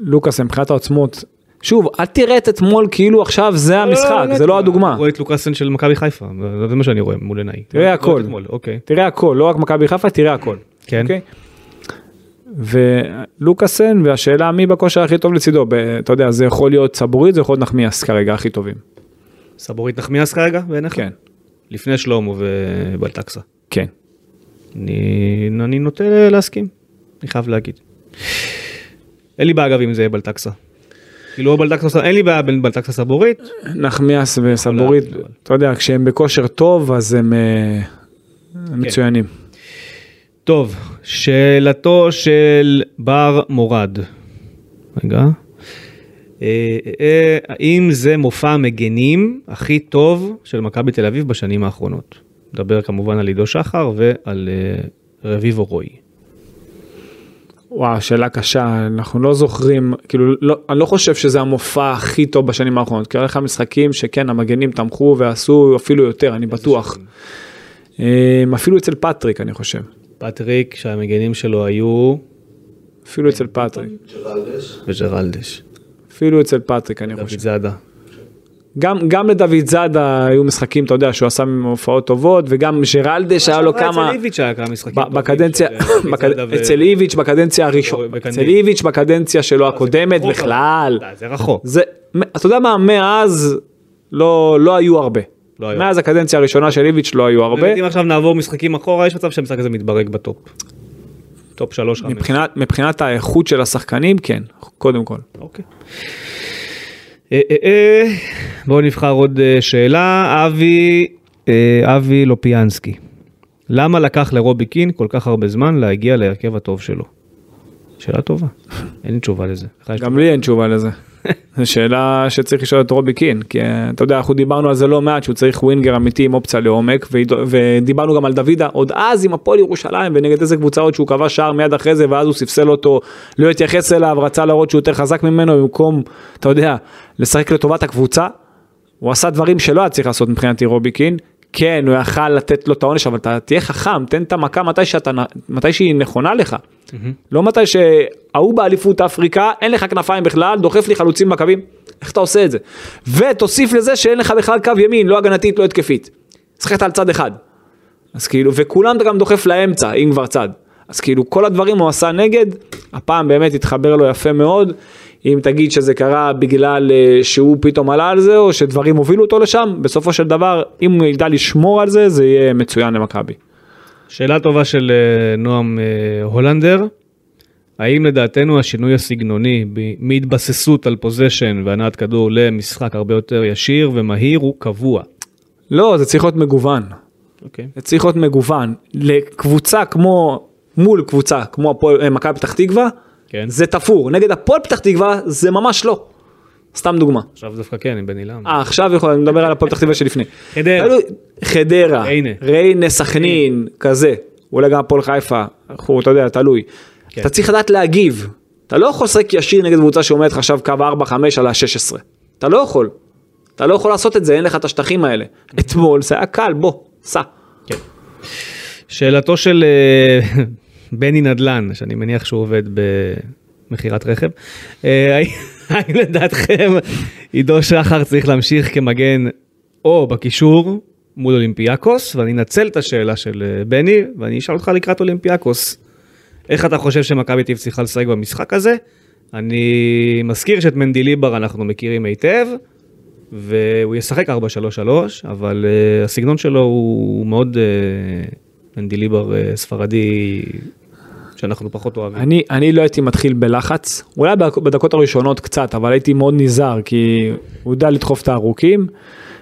Speaker 3: לוקאס מבחינת העוצמות, שוב, אל תראה את אתמול כאילו עכשיו זה המשחק, זה לא הדוגמה.
Speaker 2: רואה את לוקאסן של מכבי חיפה, זה מה שאני רואה מול עיניי.
Speaker 3: תראה הכל.
Speaker 2: אתמול, אוקיי.
Speaker 3: תראה הכל, לא רק מכבי חיפה, תראה הכל.
Speaker 2: כן.
Speaker 3: אוקיי? ולוקאסן והשאלה מי בכושר הכי טוב לצידו, ב- אתה יודע, זה יכול להיות סבורית, זה יכול להיות נחמיאס כרגע הכי טובים.
Speaker 2: סבורית נחמיאס כרגע בעיניך?
Speaker 3: כן,
Speaker 2: לפני שלמה ובלטקסה.
Speaker 3: כן.
Speaker 2: אני, אני נוטה להסכים, אני חייב להגיד. אין לי בעיה אגב אם זה יהיה בלטקסה. כאילו או בלטקסה, אין לי בעיה בין בלטקסה סבורית,
Speaker 3: נחמיאס וסבורית,
Speaker 2: אבל-
Speaker 3: אתה יודע, כשהם בכושר טוב אז הם אה,
Speaker 2: כן.
Speaker 3: מצוינים.
Speaker 2: טוב, שאלתו של בר מורד. רגע. אה, אה, אה, האם זה מופע המגנים הכי טוב של מכבי תל אביב בשנים האחרונות? מדבר כמובן על עידו שחר ועל אה, רביבו רוי.
Speaker 3: וואו, שאלה קשה, אנחנו לא זוכרים, כאילו, לא, אני לא חושב שזה המופע הכי טוב בשנים האחרונות, כי היה לך משחקים שכן, המגנים תמכו ועשו אפילו יותר, אני בטוח. אמ, אפילו אצל פטריק, אני חושב.
Speaker 2: פטריק שהמגנים שלו היו
Speaker 3: אפילו אצל פטריק.
Speaker 2: וג'רלדש.
Speaker 3: אפילו אצל פטריק, אני חושב.
Speaker 2: דוד זאדה.
Speaker 3: גם, גם לדוד זאדה היו משחקים, אתה יודע, שהוא עשה הופעות טובות, וגם ז'רלדש היה לו כמה...
Speaker 2: אצל איביץ' היה כמה משחקים.
Speaker 3: ב-
Speaker 2: טובים
Speaker 3: בקדנציה,
Speaker 2: של- אה,
Speaker 3: בקד- אצל איביץ' בקדנציה הראשונה,
Speaker 2: בקנדיל.
Speaker 3: אצל איביץ' בקדנציה שלו הקודמת
Speaker 2: אה, רחוק, אבל-
Speaker 3: בכלל.
Speaker 2: די, זה רחוק.
Speaker 3: זה, אתה יודע מה, מאז לא, לא היו הרבה.
Speaker 2: לא היו.
Speaker 3: מאז הקדנציה הראשונה של איביץ' לא היו הרבה.
Speaker 2: באמת, אם עכשיו נעבור משחקים אחורה, יש מצב שהמשחק הזה מתברג בטופ. טופ שלוש חמש.
Speaker 3: מבחינת, מבחינת האיכות של השחקנים, כן, קודם כל.
Speaker 2: אוקיי. אה, אה, אה, בואו נבחר עוד אה, שאלה. אבי, אה, אבי לופיאנסקי. למה לקח לרובי קין כל כך הרבה זמן להגיע להרכב הטוב שלו? שאלה טובה. אין לי תשובה לזה. לך יש
Speaker 3: גם לי אין תשובה לזה. זו שאלה שצריך לשאול את רובי קין, כי אה, אתה יודע, אנחנו דיברנו על זה לא מעט, שהוא צריך ווינגר אמיתי עם אופציה לעומק, ועידו- ודיברנו גם על דוידה, עוד אז עם הפועל ירושלים, ונגד איזה קבוצה עוד שהוא כבש שער מיד אחרי זה, ואז הוא ספסל אותו, לא התייחס אליו, רצה להראות שהוא יותר חזק ממנו, במקום, אתה יודע, לשחק לטובת הקבוצה. הוא עשה דברים שלא היה צריך לעשות מבחינתי רובי קין. כן, הוא יכל לתת לו את העונש, אבל אתה תהיה חכם, תן את המכה מתי, שאתה, נ- מתי שהיא נכונה לך. לא מתי שההוא באליפות אפריקה, אין לך כנפיים בכלל, דוחף לי חלוצים בקווים. איך אתה עושה את זה? ותוסיף לזה שאין לך בכלל קו ימין, לא הגנתית, לא התקפית. שחקת על צד אחד. אז כאילו, וכולם אתה גם דוחף לאמצע, אם כבר צד. אז כאילו, כל הדברים הוא עשה נגד, הפעם באמת התחבר לו יפה מאוד. אם תגיד שזה קרה בגלל אה, שהוא פתאום עלה על זה, או שדברים הובילו אותו לשם, בסופו של דבר, אם הוא ידע לשמור על זה, זה יהיה מצוין למכבי.
Speaker 2: שאלה טובה של אה, נועם אה, הולנדר. האם לדעתנו השינוי הסגנוני ב- מהתבססות על פוזיישן והנעת כדור למשחק הרבה יותר ישיר ומהיר הוא קבוע?
Speaker 3: לא, זה צריך להיות מגוון.
Speaker 2: אוקיי.
Speaker 3: זה צריך להיות מגוון. לקבוצה כמו, מול קבוצה כמו הפועל, אה, מכבי פתח תקווה,
Speaker 2: כן.
Speaker 3: זה תפור. נגד הפועל פתח תקווה, זה ממש לא. סתם דוגמה.
Speaker 2: עכשיו דווקא כן, עם בן אילם.
Speaker 3: אה, עכשיו יכול, אני מדבר על הפועל פתח תקווה שלפני.
Speaker 2: חדרה.
Speaker 3: אלו- חדרה,
Speaker 2: ריינה.
Speaker 3: ריינה, סכנין, כזה. אולי גם הפועל חיפה, אנחנו, אתה יודע, תלוי.
Speaker 2: כן.
Speaker 3: אתה צריך לדעת להגיב. אתה לא יכול לשחק ישיר נגד קבוצה שעומדת לך עכשיו קו 4-5 על ה-16. אתה לא יכול. אתה לא יכול לעשות את זה, אין לך את השטחים האלה. אתמול זה היה קל, בוא, סע.
Speaker 2: שאלתו של אה, בני נדלן, שאני מניח שהוא עובד במכירת רכב. אה, האם- האם לדעתכם עידו שחר צריך להמשיך כמגן או בקישור מול אולימפיאקוס, ואני אנצל את השאלה של אה, בני, ואני אשאל אותך לקראת אולימפיאקוס, איך אתה חושב שמכבי טיב צריכה לשחק במשחק הזה? אני מזכיר שאת מנדיליבר אנחנו מכירים היטב, והוא ישחק 4-3-3, אבל אה, הסגנון שלו הוא מאוד אה, מנדיליבר אה, ספרדי שאנחנו פחות אוהבים.
Speaker 3: אני, אני לא הייתי מתחיל בלחץ, אולי בדק- בדקות הראשונות קצת, אבל הייתי מאוד נזהר, כי הוא יודע לדחוף את הארוכים,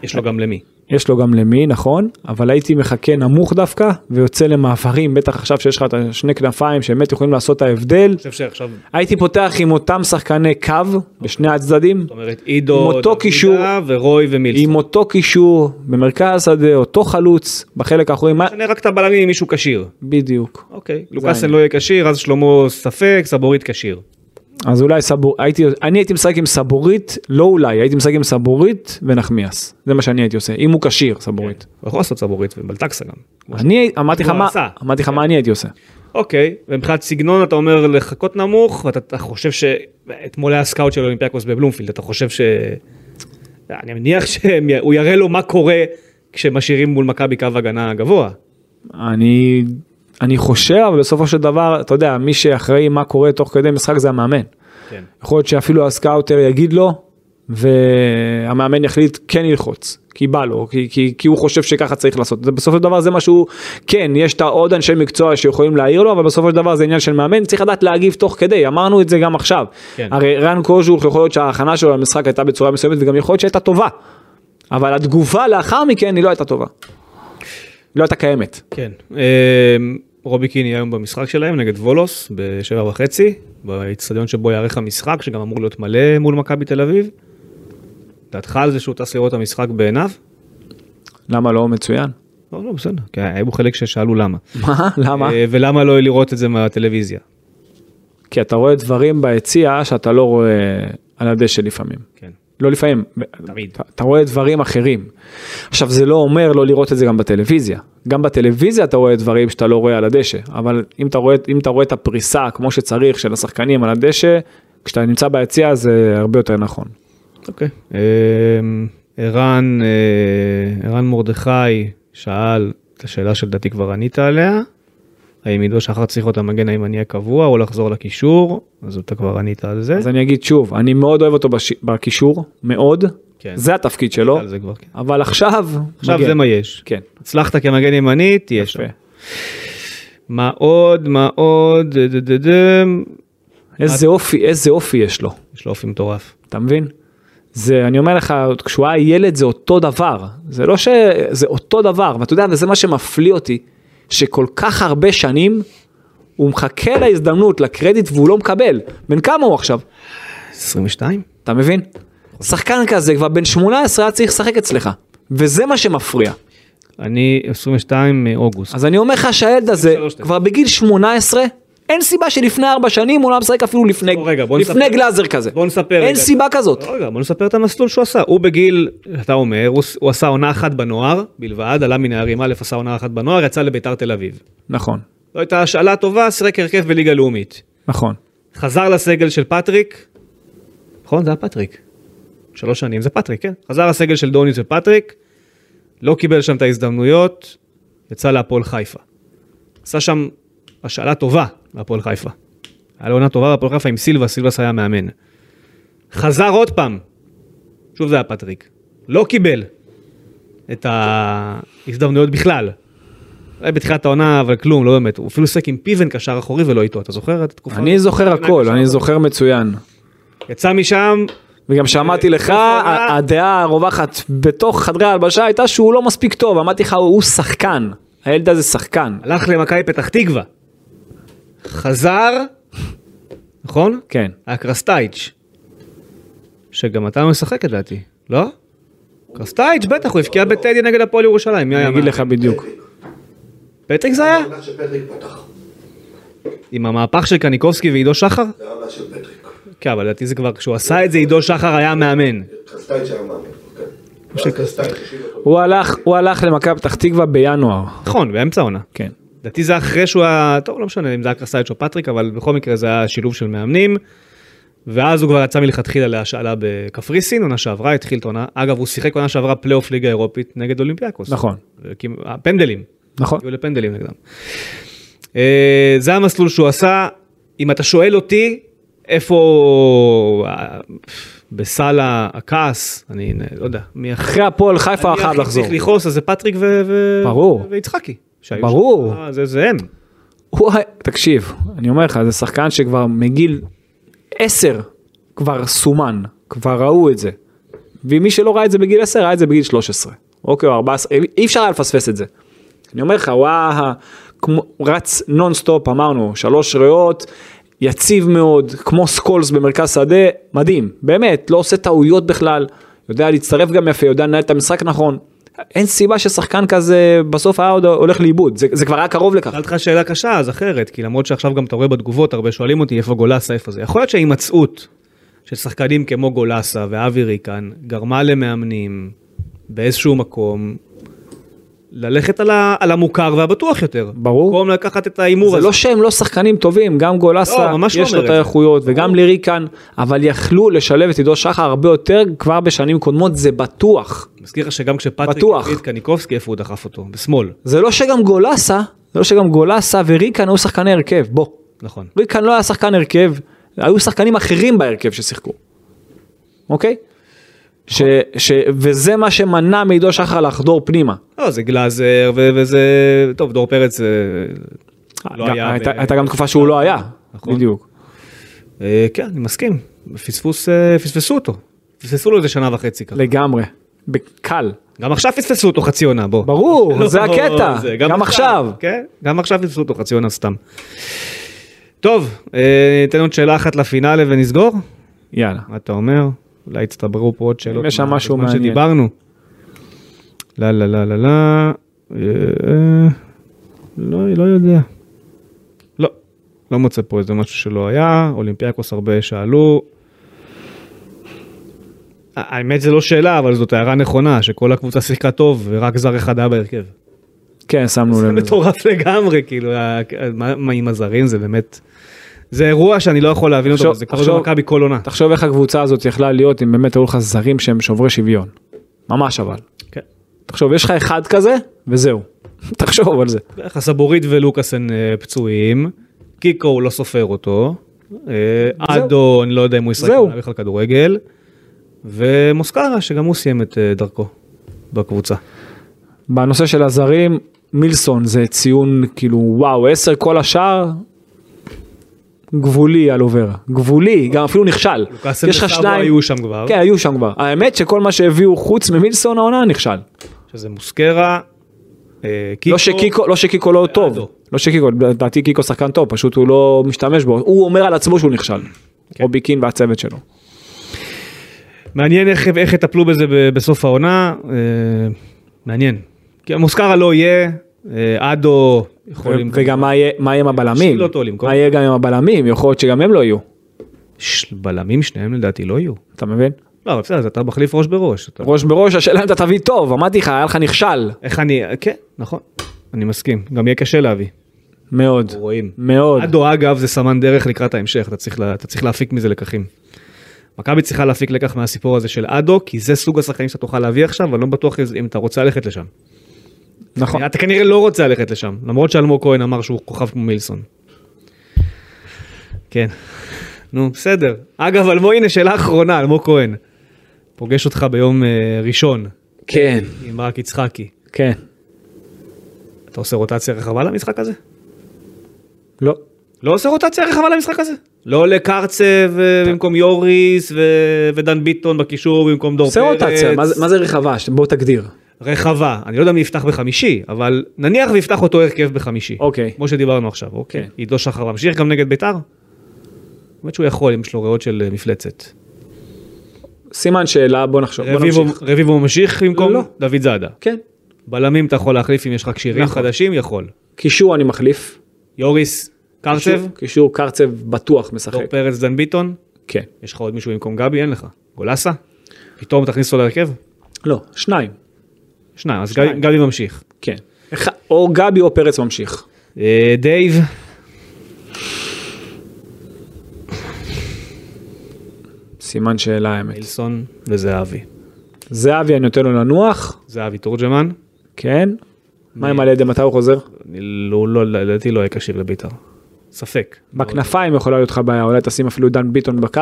Speaker 2: יש לו גם למי.
Speaker 3: יש לו גם למי, נכון, אבל הייתי מחכה נמוך דווקא, ויוצא למעברים, בטח עכשיו שיש לך את השני כנפיים שבאמת יכולים לעשות את ההבדל.
Speaker 2: חושב שעכשיו,
Speaker 3: הייתי פותח עם אותם שחקני קו בשני הצדדים,
Speaker 2: זאת אומרת, עידו,
Speaker 3: עם אותו
Speaker 2: דוידה
Speaker 3: קישור.
Speaker 2: ורוי ומילסון.
Speaker 3: עם אותו קישור במרכז השדה, אותו חלוץ, בחלק האחורי, מה...
Speaker 2: משנה רק את הבלמים עם מישהו כשיר.
Speaker 3: בדיוק.
Speaker 2: אוקיי.
Speaker 3: העניין.
Speaker 2: לוקאסן לא יהיה כשיר, אז שלמה ספק, סבורית כשיר.
Speaker 3: אז אולי סבור, הייתי, אני הייתי משחק עם סבורית, לא אולי, הייתי משחק עם סבורית ונחמיאס, זה מה שאני הייתי עושה, אם הוא כשיר סבורית.
Speaker 2: הוא יכול לעשות סבורית ובלטקסה גם. כן, כמו ש-
Speaker 3: אני אמרתי לך
Speaker 2: הוא
Speaker 3: מה,
Speaker 2: עשה. כן.
Speaker 3: אמרתי לך מה אני הייתי עושה.
Speaker 2: אוקיי, ומבחינת סגנון אתה אומר לחכות נמוך, ואתה אתה חושב ש... אתמול היה סקאוט של אולימפיאקוס בבלומפילד, אתה חושב ש... אני מניח שהוא יראה לו מה קורה כשמשאירים מול מכבי קו הגנה גבוה.
Speaker 3: אני, אני חושב, אבל בסופו של דבר, אתה יודע, מי שאחראי מה קורה תוך כדי משחק זה המאמן.
Speaker 2: כן.
Speaker 3: יכול להיות שאפילו הסקאוטר יגיד לו, והמאמן יחליט כן ללחוץ, כי בא לו, כי, כי, כי הוא חושב שככה צריך לעשות. זה בסופו של דבר זה משהו, כן, יש את עוד אנשי מקצוע שיכולים להעיר לו, אבל בסופו של דבר זה עניין של מאמן, צריך לדעת להגיב תוך כדי, אמרנו את זה גם עכשיו.
Speaker 2: כן.
Speaker 3: הרי רן קוז'וך יכול להיות שההכנה שלו למשחק הייתה בצורה מסוימת, וגם יכול להיות שהייתה טובה, אבל התגובה לאחר מכן היא לא הייתה טובה. לא הייתה קיימת.
Speaker 2: כן. אמ, רובי קין יהיה היום במשחק שלהם נגד וולוס בשבע וחצי, באיצטדיון שבו ייערך המשחק, שגם אמור להיות מלא מול מכבי תל אביב. דעתך על זה שהוא טס לראות את המשחק בעיניו?
Speaker 3: למה לא מצוין?
Speaker 2: לא, לא, בסדר. כי היה בו חלק ששאלו למה.
Speaker 3: מה? למה?
Speaker 2: אה, ולמה לא לראות את זה מהטלוויזיה?
Speaker 3: כי אתה רואה דברים ביציע שאתה לא רואה על הדשא לפעמים.
Speaker 2: כן.
Speaker 3: לא לפעמים,
Speaker 2: תמיד.
Speaker 3: אתה, אתה רואה דברים אחרים. עכשיו זה לא אומר לא לראות את זה גם בטלוויזיה. גם בטלוויזיה אתה רואה דברים שאתה לא רואה על הדשא, אבל אם אתה רואה, אם אתה רואה את הפריסה כמו שצריך של השחקנים על הדשא, כשאתה נמצא ביציע זה הרבה יותר נכון.
Speaker 2: אוקיי. אמ, ערן, אה, ערן מרדכי שאל את השאלה שלדעתי כבר ענית עליה, האם עידו שחר צריך להיות המגן הימני הקבוע או לחזור לקישור, אז אתה כבר ענית על זה.
Speaker 3: אז אני אגיד שוב, אני מאוד אוהב אותו בש... בקישור, מאוד,
Speaker 2: כן.
Speaker 3: זה התפקיד שלו,
Speaker 2: על זה כבר, כן.
Speaker 3: אבל עכשיו,
Speaker 2: עכשיו
Speaker 3: לא. מגן.
Speaker 2: זה מה יש.
Speaker 3: כן,
Speaker 2: הצלחת כמגן ימני, תהיה שם.
Speaker 3: יפה.
Speaker 2: מה עוד, מה עוד, דה, דה, דה, דם.
Speaker 3: איזה אופי, איזה אופי יש לו.
Speaker 2: יש לו אופי מטורף.
Speaker 3: אתה מבין? זה, אני אומר לך, עוד כשהוא היה ילד זה אותו דבר. זה לא ש... זה אותו דבר, ואתה יודע, וזה מה שמפליא אותי, שכל כך הרבה שנים הוא מחכה להזדמנות, לקרדיט, והוא לא מקבל. בן כמה הוא עכשיו?
Speaker 2: 22?
Speaker 3: אתה מבין? שחקן כזה כבר בן 18 היה צריך לשחק אצלך, וזה מה שמפריע.
Speaker 2: אני 22 מאוגוסט.
Speaker 3: אז אני אומר לך שהילד הזה,
Speaker 2: 23, תכף.
Speaker 3: כבר בגיל 18, אין סיבה שלפני ארבע שנים הוא לא היה משחק אפילו לפני,
Speaker 2: בוא רגע, בוא
Speaker 3: לפני
Speaker 2: נספר-
Speaker 3: גלאזר כזה.
Speaker 2: בוא נספר
Speaker 3: אין
Speaker 2: רגע.
Speaker 3: סיבה כזאת.
Speaker 2: רגע, בוא נספר את המסלול שהוא עשה. הוא בגיל, אתה אומר, הוא, הוא עשה עונה אחת בנוער בלבד, עלה מנערים א', עשה עונה אחת בנוער, יצא לביתר תל אביב.
Speaker 3: נכון,
Speaker 2: זו הייתה השאלה טובה, שיחק הרכב בליגה לאומית.
Speaker 3: נכון.
Speaker 2: חזר לסגל של פטריק, נכון? זה היה פטריק. שלוש שנים זה פטריק, כן? חזר לסגל של דוניס ופטריק, לא קיבל שם את ההזדמנויות, יצא להפועל חיפה. עשה שם השאלה טובה להפועל חיפה. היה לו עונה טובה בהפועל חיפה עם סילבס, סילבס היה מאמן. חזר עוד פעם, שוב זה היה פטריק, לא קיבל את ההזדמנויות בכלל. אולי בתחילת העונה, אבל כלום, לא באמת. הוא אפילו שיחק עם פיבן קשר אחורי ולא איתו, אתה זוכר את התקופה?
Speaker 3: אני זוכר הכל, אני זוכר מצוין.
Speaker 2: יצא משם,
Speaker 3: וגם שמעתי לך,
Speaker 2: לכאורה-
Speaker 3: ה- הדעה הרווחת בתוך חדרי ההלבשה הייתה שהוא לא מספיק טוב, אמרתי לך הוא שחקן, הילד הזה שחקן.
Speaker 2: הלך למכבי פתח תקווה. חזר, נכון?
Speaker 3: כן,
Speaker 2: היה קרסטייץ'. שגם אתה משחק לדעתי, לא? קרסטייץ', בטח, הוא הבקיע בטדי נגד הפועל ירושלים, מי היה?
Speaker 3: אני אגיד
Speaker 2: מה?
Speaker 3: לך בדיוק.
Speaker 2: פטריק זה היה?
Speaker 4: העונה של פטריק פתח.
Speaker 2: עם המהפך של קניקובסקי ועידו שחר?
Speaker 4: זה העונה של פטריק.
Speaker 2: כן, אבל לדעתי זה כבר, כשהוא עשה את זה, עידו שחר היה מאמן.
Speaker 4: כן. חסטייץ' היה מאמן. כן. ואז חסטייץ' השאיר אותו.
Speaker 3: הוא הלך, הוא הלך למכבי פתח תקווה בינואר,
Speaker 2: נכון, באמצע העונה.
Speaker 3: כן.
Speaker 2: לדעתי זה אחרי שהוא היה, טוב לא משנה אם זה היה קרסייץ' או פטריק, אבל בכל מקרה זה היה שילוב של מאמנים. ואז הוא כבר יצא מלכתחילה להשאלה בקפריסין, עונה שעברה, התחיל את העונה. אגב, הוא שיחק עונה שעברה פלייאוף ליגה אירופית נגד אולימפיאקוס. כאילו,
Speaker 3: נכון.
Speaker 2: וכי- הפנדלים.
Speaker 3: נכון.
Speaker 2: הגיעו לפנדלים נגדם. אה, זה המסלול שהוא עשה. אם אתה שואל אותי, איפה אה, בסל הכעס, אני לא יודע, מי הכי...
Speaker 3: אחרי הפועל חיפה הוא
Speaker 2: אני
Speaker 3: חייב
Speaker 2: הכי
Speaker 3: לחזור.
Speaker 2: צריך לכעוס, אז זה פטריק ו... ו-
Speaker 3: ברור.
Speaker 2: ויצחקי. שהיו
Speaker 3: ברור.
Speaker 2: שם. אה, זה- זה הם.
Speaker 3: וואי, תקשיב, אני אומר לך, זה שחקן שכבר מגיל עשר כבר סומן, כבר ראו את זה. ומי שלא ראה את זה בגיל 10, ראה את זה בגיל 13. אוקיי, או 14, אי- אי אפשר היה לפספס את זה. אני אומר לך, הוא היה כמו, רץ נונסטופ, אמרנו, שלוש ריאות, יציב מאוד, כמו סקולס במרכז שדה, מדהים, באמת, לא עושה טעויות בכלל, יודע להצטרף גם יפה, יודע לנהל את המשחק נכון. אין סיבה ששחקן כזה בסוף היה עוד הולך לאיבוד, זה, זה כבר היה קרוב לכך.
Speaker 2: שאלת לך שאלה קשה אז אחרת, כי למרות שעכשיו גם אתה רואה בתגובות, הרבה שואלים אותי איפה גולסה, איפה זה. יכול להיות שההימצאות של שחקנים כמו גולסה ואבי ריקן גרמה למאמנים באיזשהו מקום ללכת על, ה, על המוכר והבטוח יותר.
Speaker 3: ברור.
Speaker 2: במקום לקחת את ההימור
Speaker 3: זה
Speaker 2: הזה.
Speaker 3: לא שהם לא שחקנים טובים, גם גולסה,
Speaker 2: לא, ממש לא
Speaker 3: יש
Speaker 2: אומר
Speaker 3: לו
Speaker 2: את
Speaker 3: את
Speaker 2: זה.
Speaker 3: האיכויות, וגם לירי כאן, אבל יכלו לשלב את עידו שחר הרבה יותר כבר בשנים קודמות, זה בטוח.
Speaker 2: מזכיר לך שגם כשפטריק
Speaker 3: בטוח.
Speaker 2: הביא את קניקובסקי, איפה הוא דחף אותו? בשמאל,
Speaker 3: זה לא שגם גולסה, זה לא שגם גולסה וריקן היו שחקני הרכב, בוא.
Speaker 2: נכון.
Speaker 3: ריקן לא היה שחקן הרכב, היו שחקנים אחרים בהרכב ששיחקו, אוקיי? ש, ש, וזה מה שמנע מעידו שחר לחדור פנימה.
Speaker 2: לא, זה גלאזר ו- וזה... טוב, דור פרץ אה, לא
Speaker 3: גם-
Speaker 2: היה...
Speaker 3: הייתה
Speaker 2: ב-
Speaker 3: הייתה גם תקופה שהוא לא היה,
Speaker 2: נכון.
Speaker 3: בדיוק.
Speaker 2: אה, כן, אני מסכים. פספוס, אה, פספסו אותו. פספסו לו איזה שנה וחצי ככה.
Speaker 3: לגמרי, בקל.
Speaker 2: גם עכשיו פספסו אותו חצי עונה, בוא.
Speaker 3: ברור,
Speaker 2: לא,
Speaker 3: זה הקטע, גם עכשיו.
Speaker 2: כן, גם עכשיו פספסו אותו חצי עונה סתם. טוב, אה, ניתן עוד שאלה אחת לפינאלה ונסגור?
Speaker 3: יאללה.
Speaker 2: מה אתה אומר? אולי יצטברו פה עוד שאלות.
Speaker 3: אם יש שם
Speaker 2: מה-
Speaker 3: משהו
Speaker 2: בזמן
Speaker 3: מעניין.
Speaker 2: שדיברנו. לא, לא, לא, לא, לא. אה, אה, לא, לא יודע. לא, לא מוצא פה איזה משהו שלא היה, אולימפיאקוס הרבה שאלו. האמת זה לא שאלה, אבל זאת הערה נכונה, שכל הקבוצה שיחקה טוב ורק זר אחד היה בהרכב.
Speaker 3: כן, שמנו
Speaker 2: זה
Speaker 3: לב. לזה.
Speaker 2: מטורף לגמרי, כאילו, ה- מה מה עם הזרים זה באמת... זה אירוע שאני לא יכול להבין אותו,
Speaker 3: תחשוב-
Speaker 2: אבל זה קורה
Speaker 3: תחשוב-
Speaker 2: במכבי כל עונה.
Speaker 3: תחשוב איך הקבוצה הזאת יכלה להיות אם באמת היו לך זרים שהם שוברי שוויון. ממש אבל.
Speaker 2: כן.
Speaker 3: תחשוב, יש לך אחד כזה, וזהו. תחשוב על זה.
Speaker 2: בערך הסבורית ולוקאסן אה, פצועים, קיקו הוא לא סופר אותו, אה,
Speaker 3: זהו.
Speaker 2: אדון, לא יודע אם הוא ישחק
Speaker 3: זהו.
Speaker 2: בכלל כדורגל, ומוסקרה שגם הוא סיים את אה, דרכו בקבוצה.
Speaker 3: בנושא של הזרים, מילסון זה ציון כאילו וואו, עשר כל השאר. גבולי על עובר, גבולי, גם אפילו נכשל.
Speaker 2: לוקאסן
Speaker 3: יש לך
Speaker 2: וסבו
Speaker 3: שניים,
Speaker 2: היו שם כבר.
Speaker 3: כן היו שם כבר. האמת שכל מה שהביאו חוץ ממילסון העונה נכשל.
Speaker 2: שזה מוסקרה, אה, קיקו, אה,
Speaker 3: לא שקיקו, לא שקיקו לא טוב.
Speaker 2: אדו.
Speaker 3: לא שקיקו, לדעתי קיקו שחקן טוב, פשוט הוא לא משתמש בו. הוא אומר על עצמו שהוא נכשל.
Speaker 2: כן.
Speaker 3: רובי קין והצוות שלו.
Speaker 2: מעניין איך, איך יטפלו בזה ב, בסוף העונה, אה, מעניין. כי מוסקרה לא יהיה, אה, אדו יכולים...
Speaker 3: וגם מה יהיה מה יהיה עם הבלמים?
Speaker 2: להשאיל אותו, למכור.
Speaker 3: מה יהיה גם עם הבלמים? יכול להיות שגם הם לא יהיו.
Speaker 2: ש- בלמים שניהם לדעתי לא יהיו.
Speaker 3: אתה מבין?
Speaker 2: לא, אבל בסדר, אז אתה מחליף ראש בראש. אתה-
Speaker 3: ראש בראש, השאלה אם אתה תביא טוב, אמרתי לך, היה לך נכשל.
Speaker 2: איך אני, כן, נכון, אני מסכים, גם יהיה קשה להביא,
Speaker 3: מאוד.
Speaker 2: רואים.
Speaker 3: מאוד.
Speaker 2: אדו אגב זה סמן דרך לקראת ההמשך, אתה צריך, לה- אתה צריך להפיק מזה לקחים. מכבי צריכה להפיק לקח מהסיפור הזה של אדו, כי זה סוג השחקנים שאתה תוכל להביא עכשיו, ואני לא בטוח אם- אם אתה רוצה ללכת לשם.
Speaker 3: נכון.
Speaker 2: אתה כנראה לא רוצה ללכת לשם, למרות שאלמוג כהן אמר שהוא כוכב כמו מילסון. כן, נו בסדר. אגב, אלמוג, הנה שאלה אחרונה, אלמוג כהן. פוגש אותך ביום אה, ראשון
Speaker 3: כן.
Speaker 2: עם ברק יצחקי.
Speaker 3: כן.
Speaker 2: אתה עושה רוטציה רחבה למשחק הזה?
Speaker 3: לא.
Speaker 2: לא עושה רוטציה רחבה למשחק הזה? לא עולה קרצב אה,
Speaker 3: כן.
Speaker 2: במקום יוריס ו- ודן ביטון בקישור במקום דור
Speaker 3: עושה
Speaker 2: פרץ.
Speaker 3: רוטציה, מה זה- מה זה רחבה? ש- בוא תגדיר.
Speaker 2: רחבה. אני לא יודע מי יפתח בחמישי, אבל נניח ויפתח אותו הרכב בחמישי.
Speaker 3: אוקיי.
Speaker 2: כמו שדיברנו עכשיו, אוקיי.
Speaker 3: כן.
Speaker 2: עידו שחר ממשיך גם נגד ביתר? האמת שהוא יכול, אם יש לו ריאות של אה, מפלצת.
Speaker 3: סימן שאלה, בוא נחשוב. בוא
Speaker 2: רביבו-
Speaker 3: נמשיך.
Speaker 2: רביבו ממשיך במקום
Speaker 3: לא.
Speaker 2: דוד זאדה.
Speaker 3: כן.
Speaker 2: בלמים אתה יכול להחליף אם יש לך שירים
Speaker 3: נכון.
Speaker 2: חדשים, יכול.
Speaker 3: קישור אני מחליף.
Speaker 2: יוריס, קרצב,
Speaker 3: קישור- קישור קרצב בטוח משחק.
Speaker 2: דור פרץ, דן ביטון.
Speaker 3: כן.
Speaker 2: יש לך עוד מישהו במקום גבי? אין לך. גולסה? פתאום תכניס אותו להרכב?
Speaker 3: לא, שניים.
Speaker 2: שניים, אז גבי, גבי ממשיך.
Speaker 3: כן. אחד- או גבי או פרץ ממשיך.
Speaker 2: אה, דייב,
Speaker 3: סימן שאלה האמת.
Speaker 2: אילסון וזהבי.
Speaker 3: זהבי אני נותן לו לנוח,
Speaker 2: זהבי תורג'מן,
Speaker 3: כן. מה עם על ידי מתי הוא חוזר?
Speaker 2: אני לא, לא, לדעתי לא יהיה כשיר לבית"ר. ספק.
Speaker 3: בכנפיים יכולה להיות לך בעיה, אולי תשים אפילו דן ביטון בקו,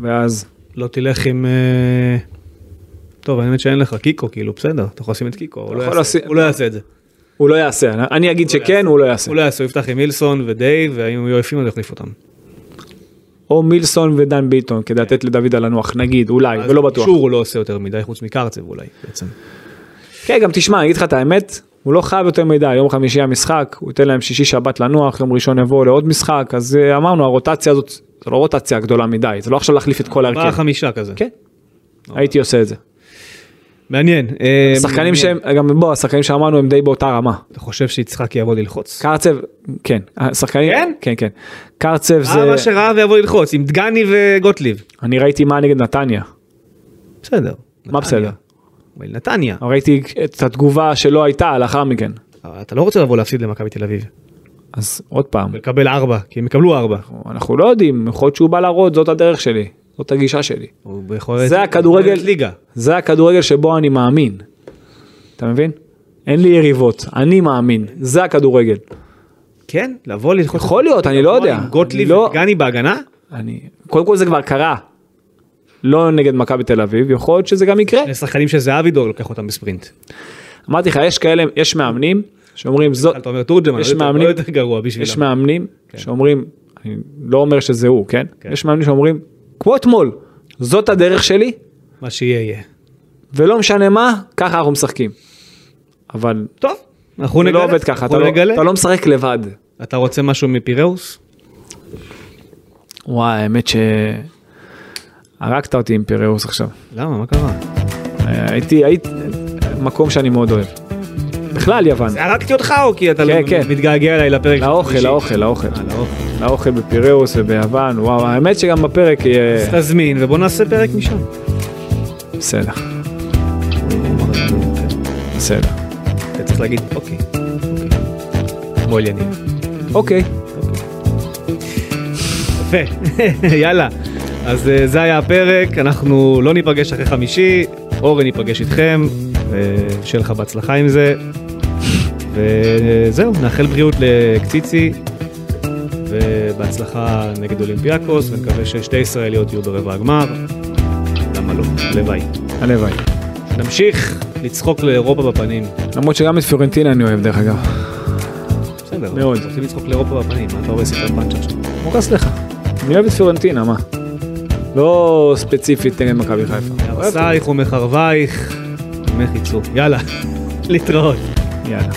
Speaker 3: ואז
Speaker 2: לא תלך עם... אה, טוב, האמת שאין לך קיקו, כאילו, בסדר, אתה יכול לשים את קיקו, הוא לא
Speaker 3: יכול
Speaker 2: יעשה-
Speaker 3: לשים-
Speaker 2: הוא לא יעשה את זה.
Speaker 3: הוא לא יעשה, אני אגיד שכן, הוא לא יעשה.
Speaker 2: הוא לא יעשה, הוא יפתח עם אילסון ודייב, ואם הוא יהיו יפים, הוא יחליף אותם.
Speaker 3: או מילסון ודן ביטון, כדי לתת לדוידה לנוח, נגיד, אולי,
Speaker 2: אז
Speaker 3: ולא בטוח.
Speaker 2: קישור הוא לא עושה יותר מדי, חוץ מקרצב אולי, בעצם.
Speaker 3: כן, גם תשמע, אני אגיד לך את האמת, הוא לא חייב יותר מידע, יום חמישי המשחק, הוא ייתן להם שישי שבת לנוח, יום ראשון יבוא לעוד משחק, אז אה, אמרנו, הרוטציה הזאת, זו לא רוטציה גדולה מדי, זה לא עכשיו להחליף את כל
Speaker 2: ארבעה
Speaker 3: ההרכב.
Speaker 2: חמישה כזה.
Speaker 3: כן, הייתי עושה
Speaker 2: אה,
Speaker 3: את זה.
Speaker 2: מעניין. אה,
Speaker 3: שחקנים
Speaker 2: מעניין.
Speaker 3: שהם, גם בוא, השחקנים שאמרנו הם די באותה רמה.
Speaker 2: אתה חושב שיצחק יבוא ללחוץ?
Speaker 3: קרצב, כן, השחקנים,
Speaker 2: כן?
Speaker 3: כן, כן. קרצב
Speaker 2: אה, מה
Speaker 3: זה,
Speaker 2: שרב יבוא ללחוץ, עם דגני וגוטליב.
Speaker 3: אני ראיתי מה נגד נתניה,
Speaker 2: בסדר.
Speaker 3: מה בסדר?
Speaker 2: אבל נתניה.
Speaker 3: ראיתי את התגובה שלא הייתה לאחר מכן.
Speaker 2: אבל אתה לא רוצה לבוא להפסיד למכבי תל אביב.
Speaker 3: אז עוד פעם,
Speaker 2: ולקבל ארבע, כי הם יקבלו ארבע.
Speaker 3: אנחנו לא יודעים, יכול להיות שהוא בא להראות, זאת הדרך שלי, זאת הגישה שלי.
Speaker 2: הוא בכל-
Speaker 3: זה הכדורגל-
Speaker 2: הוא ליגה.
Speaker 3: זה הכדורגל שבו אני מאמין. אתה מבין? אין לי יריבות, אני מאמין, זה הכדורגל.
Speaker 2: כן, לבוא ללחוץ.
Speaker 3: יכול להיות, אני לא
Speaker 2: לבוא
Speaker 3: יודע.
Speaker 2: עם גוטליב
Speaker 3: לא-
Speaker 2: ודגני בהגנה?
Speaker 3: אני, קודם כל זה כבר קרה. לא נגד מכבי תל אביב, יכול להיות שזה גם יקרה.
Speaker 2: יש שחקנים שזהבי דור לוקח אותם בספרינט.
Speaker 3: אמרתי לך, יש כאלה, יש מאמנים שאומרים זאת,
Speaker 2: אתה אומר תורג'מן,
Speaker 3: יש
Speaker 2: זה יותר-
Speaker 3: מאמנים-
Speaker 2: לא יותר גרוע בשבילם.
Speaker 3: יש מאמנים שאומרים, אני לא אומר שזה הוא, כן?
Speaker 2: כן.
Speaker 3: יש מאמנים שאומרים, כמו אתמול, זאת הדרך שלי,
Speaker 2: מה שיהיה יהיה.
Speaker 3: ולא משנה מה, ככה אנחנו משחקים. אבל
Speaker 2: טוב, אנחנו
Speaker 3: זה
Speaker 2: נגלה.
Speaker 3: לא עובד ככה, אתה
Speaker 2: אנחנו
Speaker 3: לא-
Speaker 2: נגלה.
Speaker 3: אתה לא משחק לבד.
Speaker 2: אתה רוצה משהו מפיראוס?
Speaker 3: וואי, האמת ש... הרגת אותי עם פיראוס עכשיו. אה,
Speaker 2: למה? מה קרה?
Speaker 3: הייתי, הייתי, מקום שאני מאוד אוהב. בכלל יוון.
Speaker 2: הרגתי אותך או כי אתה
Speaker 3: כן,
Speaker 2: לא-
Speaker 3: כן.
Speaker 2: מתגעגע אליי לפרק?
Speaker 3: לאוכל,
Speaker 2: השלישי?
Speaker 3: לאוכל, לאוכל.
Speaker 2: אה, לאוכל.
Speaker 3: לאוכל בפיראוס וביוון, וואו, האמת שגם בפרק יהיה...
Speaker 2: תזמין ובוא נעשה פרק משם.
Speaker 3: בסדר. בסדר.
Speaker 2: אוקיי. אתה צריך להגיד אוקיי. כמו עניינים.
Speaker 3: אוקיי.
Speaker 2: יפה, יאללה. אז אה, זה היה הפרק, אנחנו לא ניפגש אחרי חמישי, אורן ייפגש איתכם, אה, שיהיה לך בהצלחה עם זה. וזהו, נאחל בריאות לקציצי, ובהצלחה נגד אולימפיאקוס, ונקווה ששתי ישראליות יהיו ברבע הגמר. למה לא? הלוואי.
Speaker 3: הלוואי.
Speaker 2: נמשיך לצחוק לאירופה בפנים.
Speaker 3: למרות שגם את פיורנטינה אני אוהב דרך אגב.
Speaker 2: בסדר.
Speaker 3: מאוד.
Speaker 2: רוצים לצחוק לאירופה בפנים, מה אתה רואה סיפר פאנץ' עכשיו?
Speaker 3: מוכס לך. אני אוהב את פיורנטינה, מה? לא ספציפית נגד מכבי חיפה. אוהב אותה.
Speaker 2: הרסייך ומחרבייך, ממך יצאו. יאללה, להתראות.
Speaker 3: יאללה.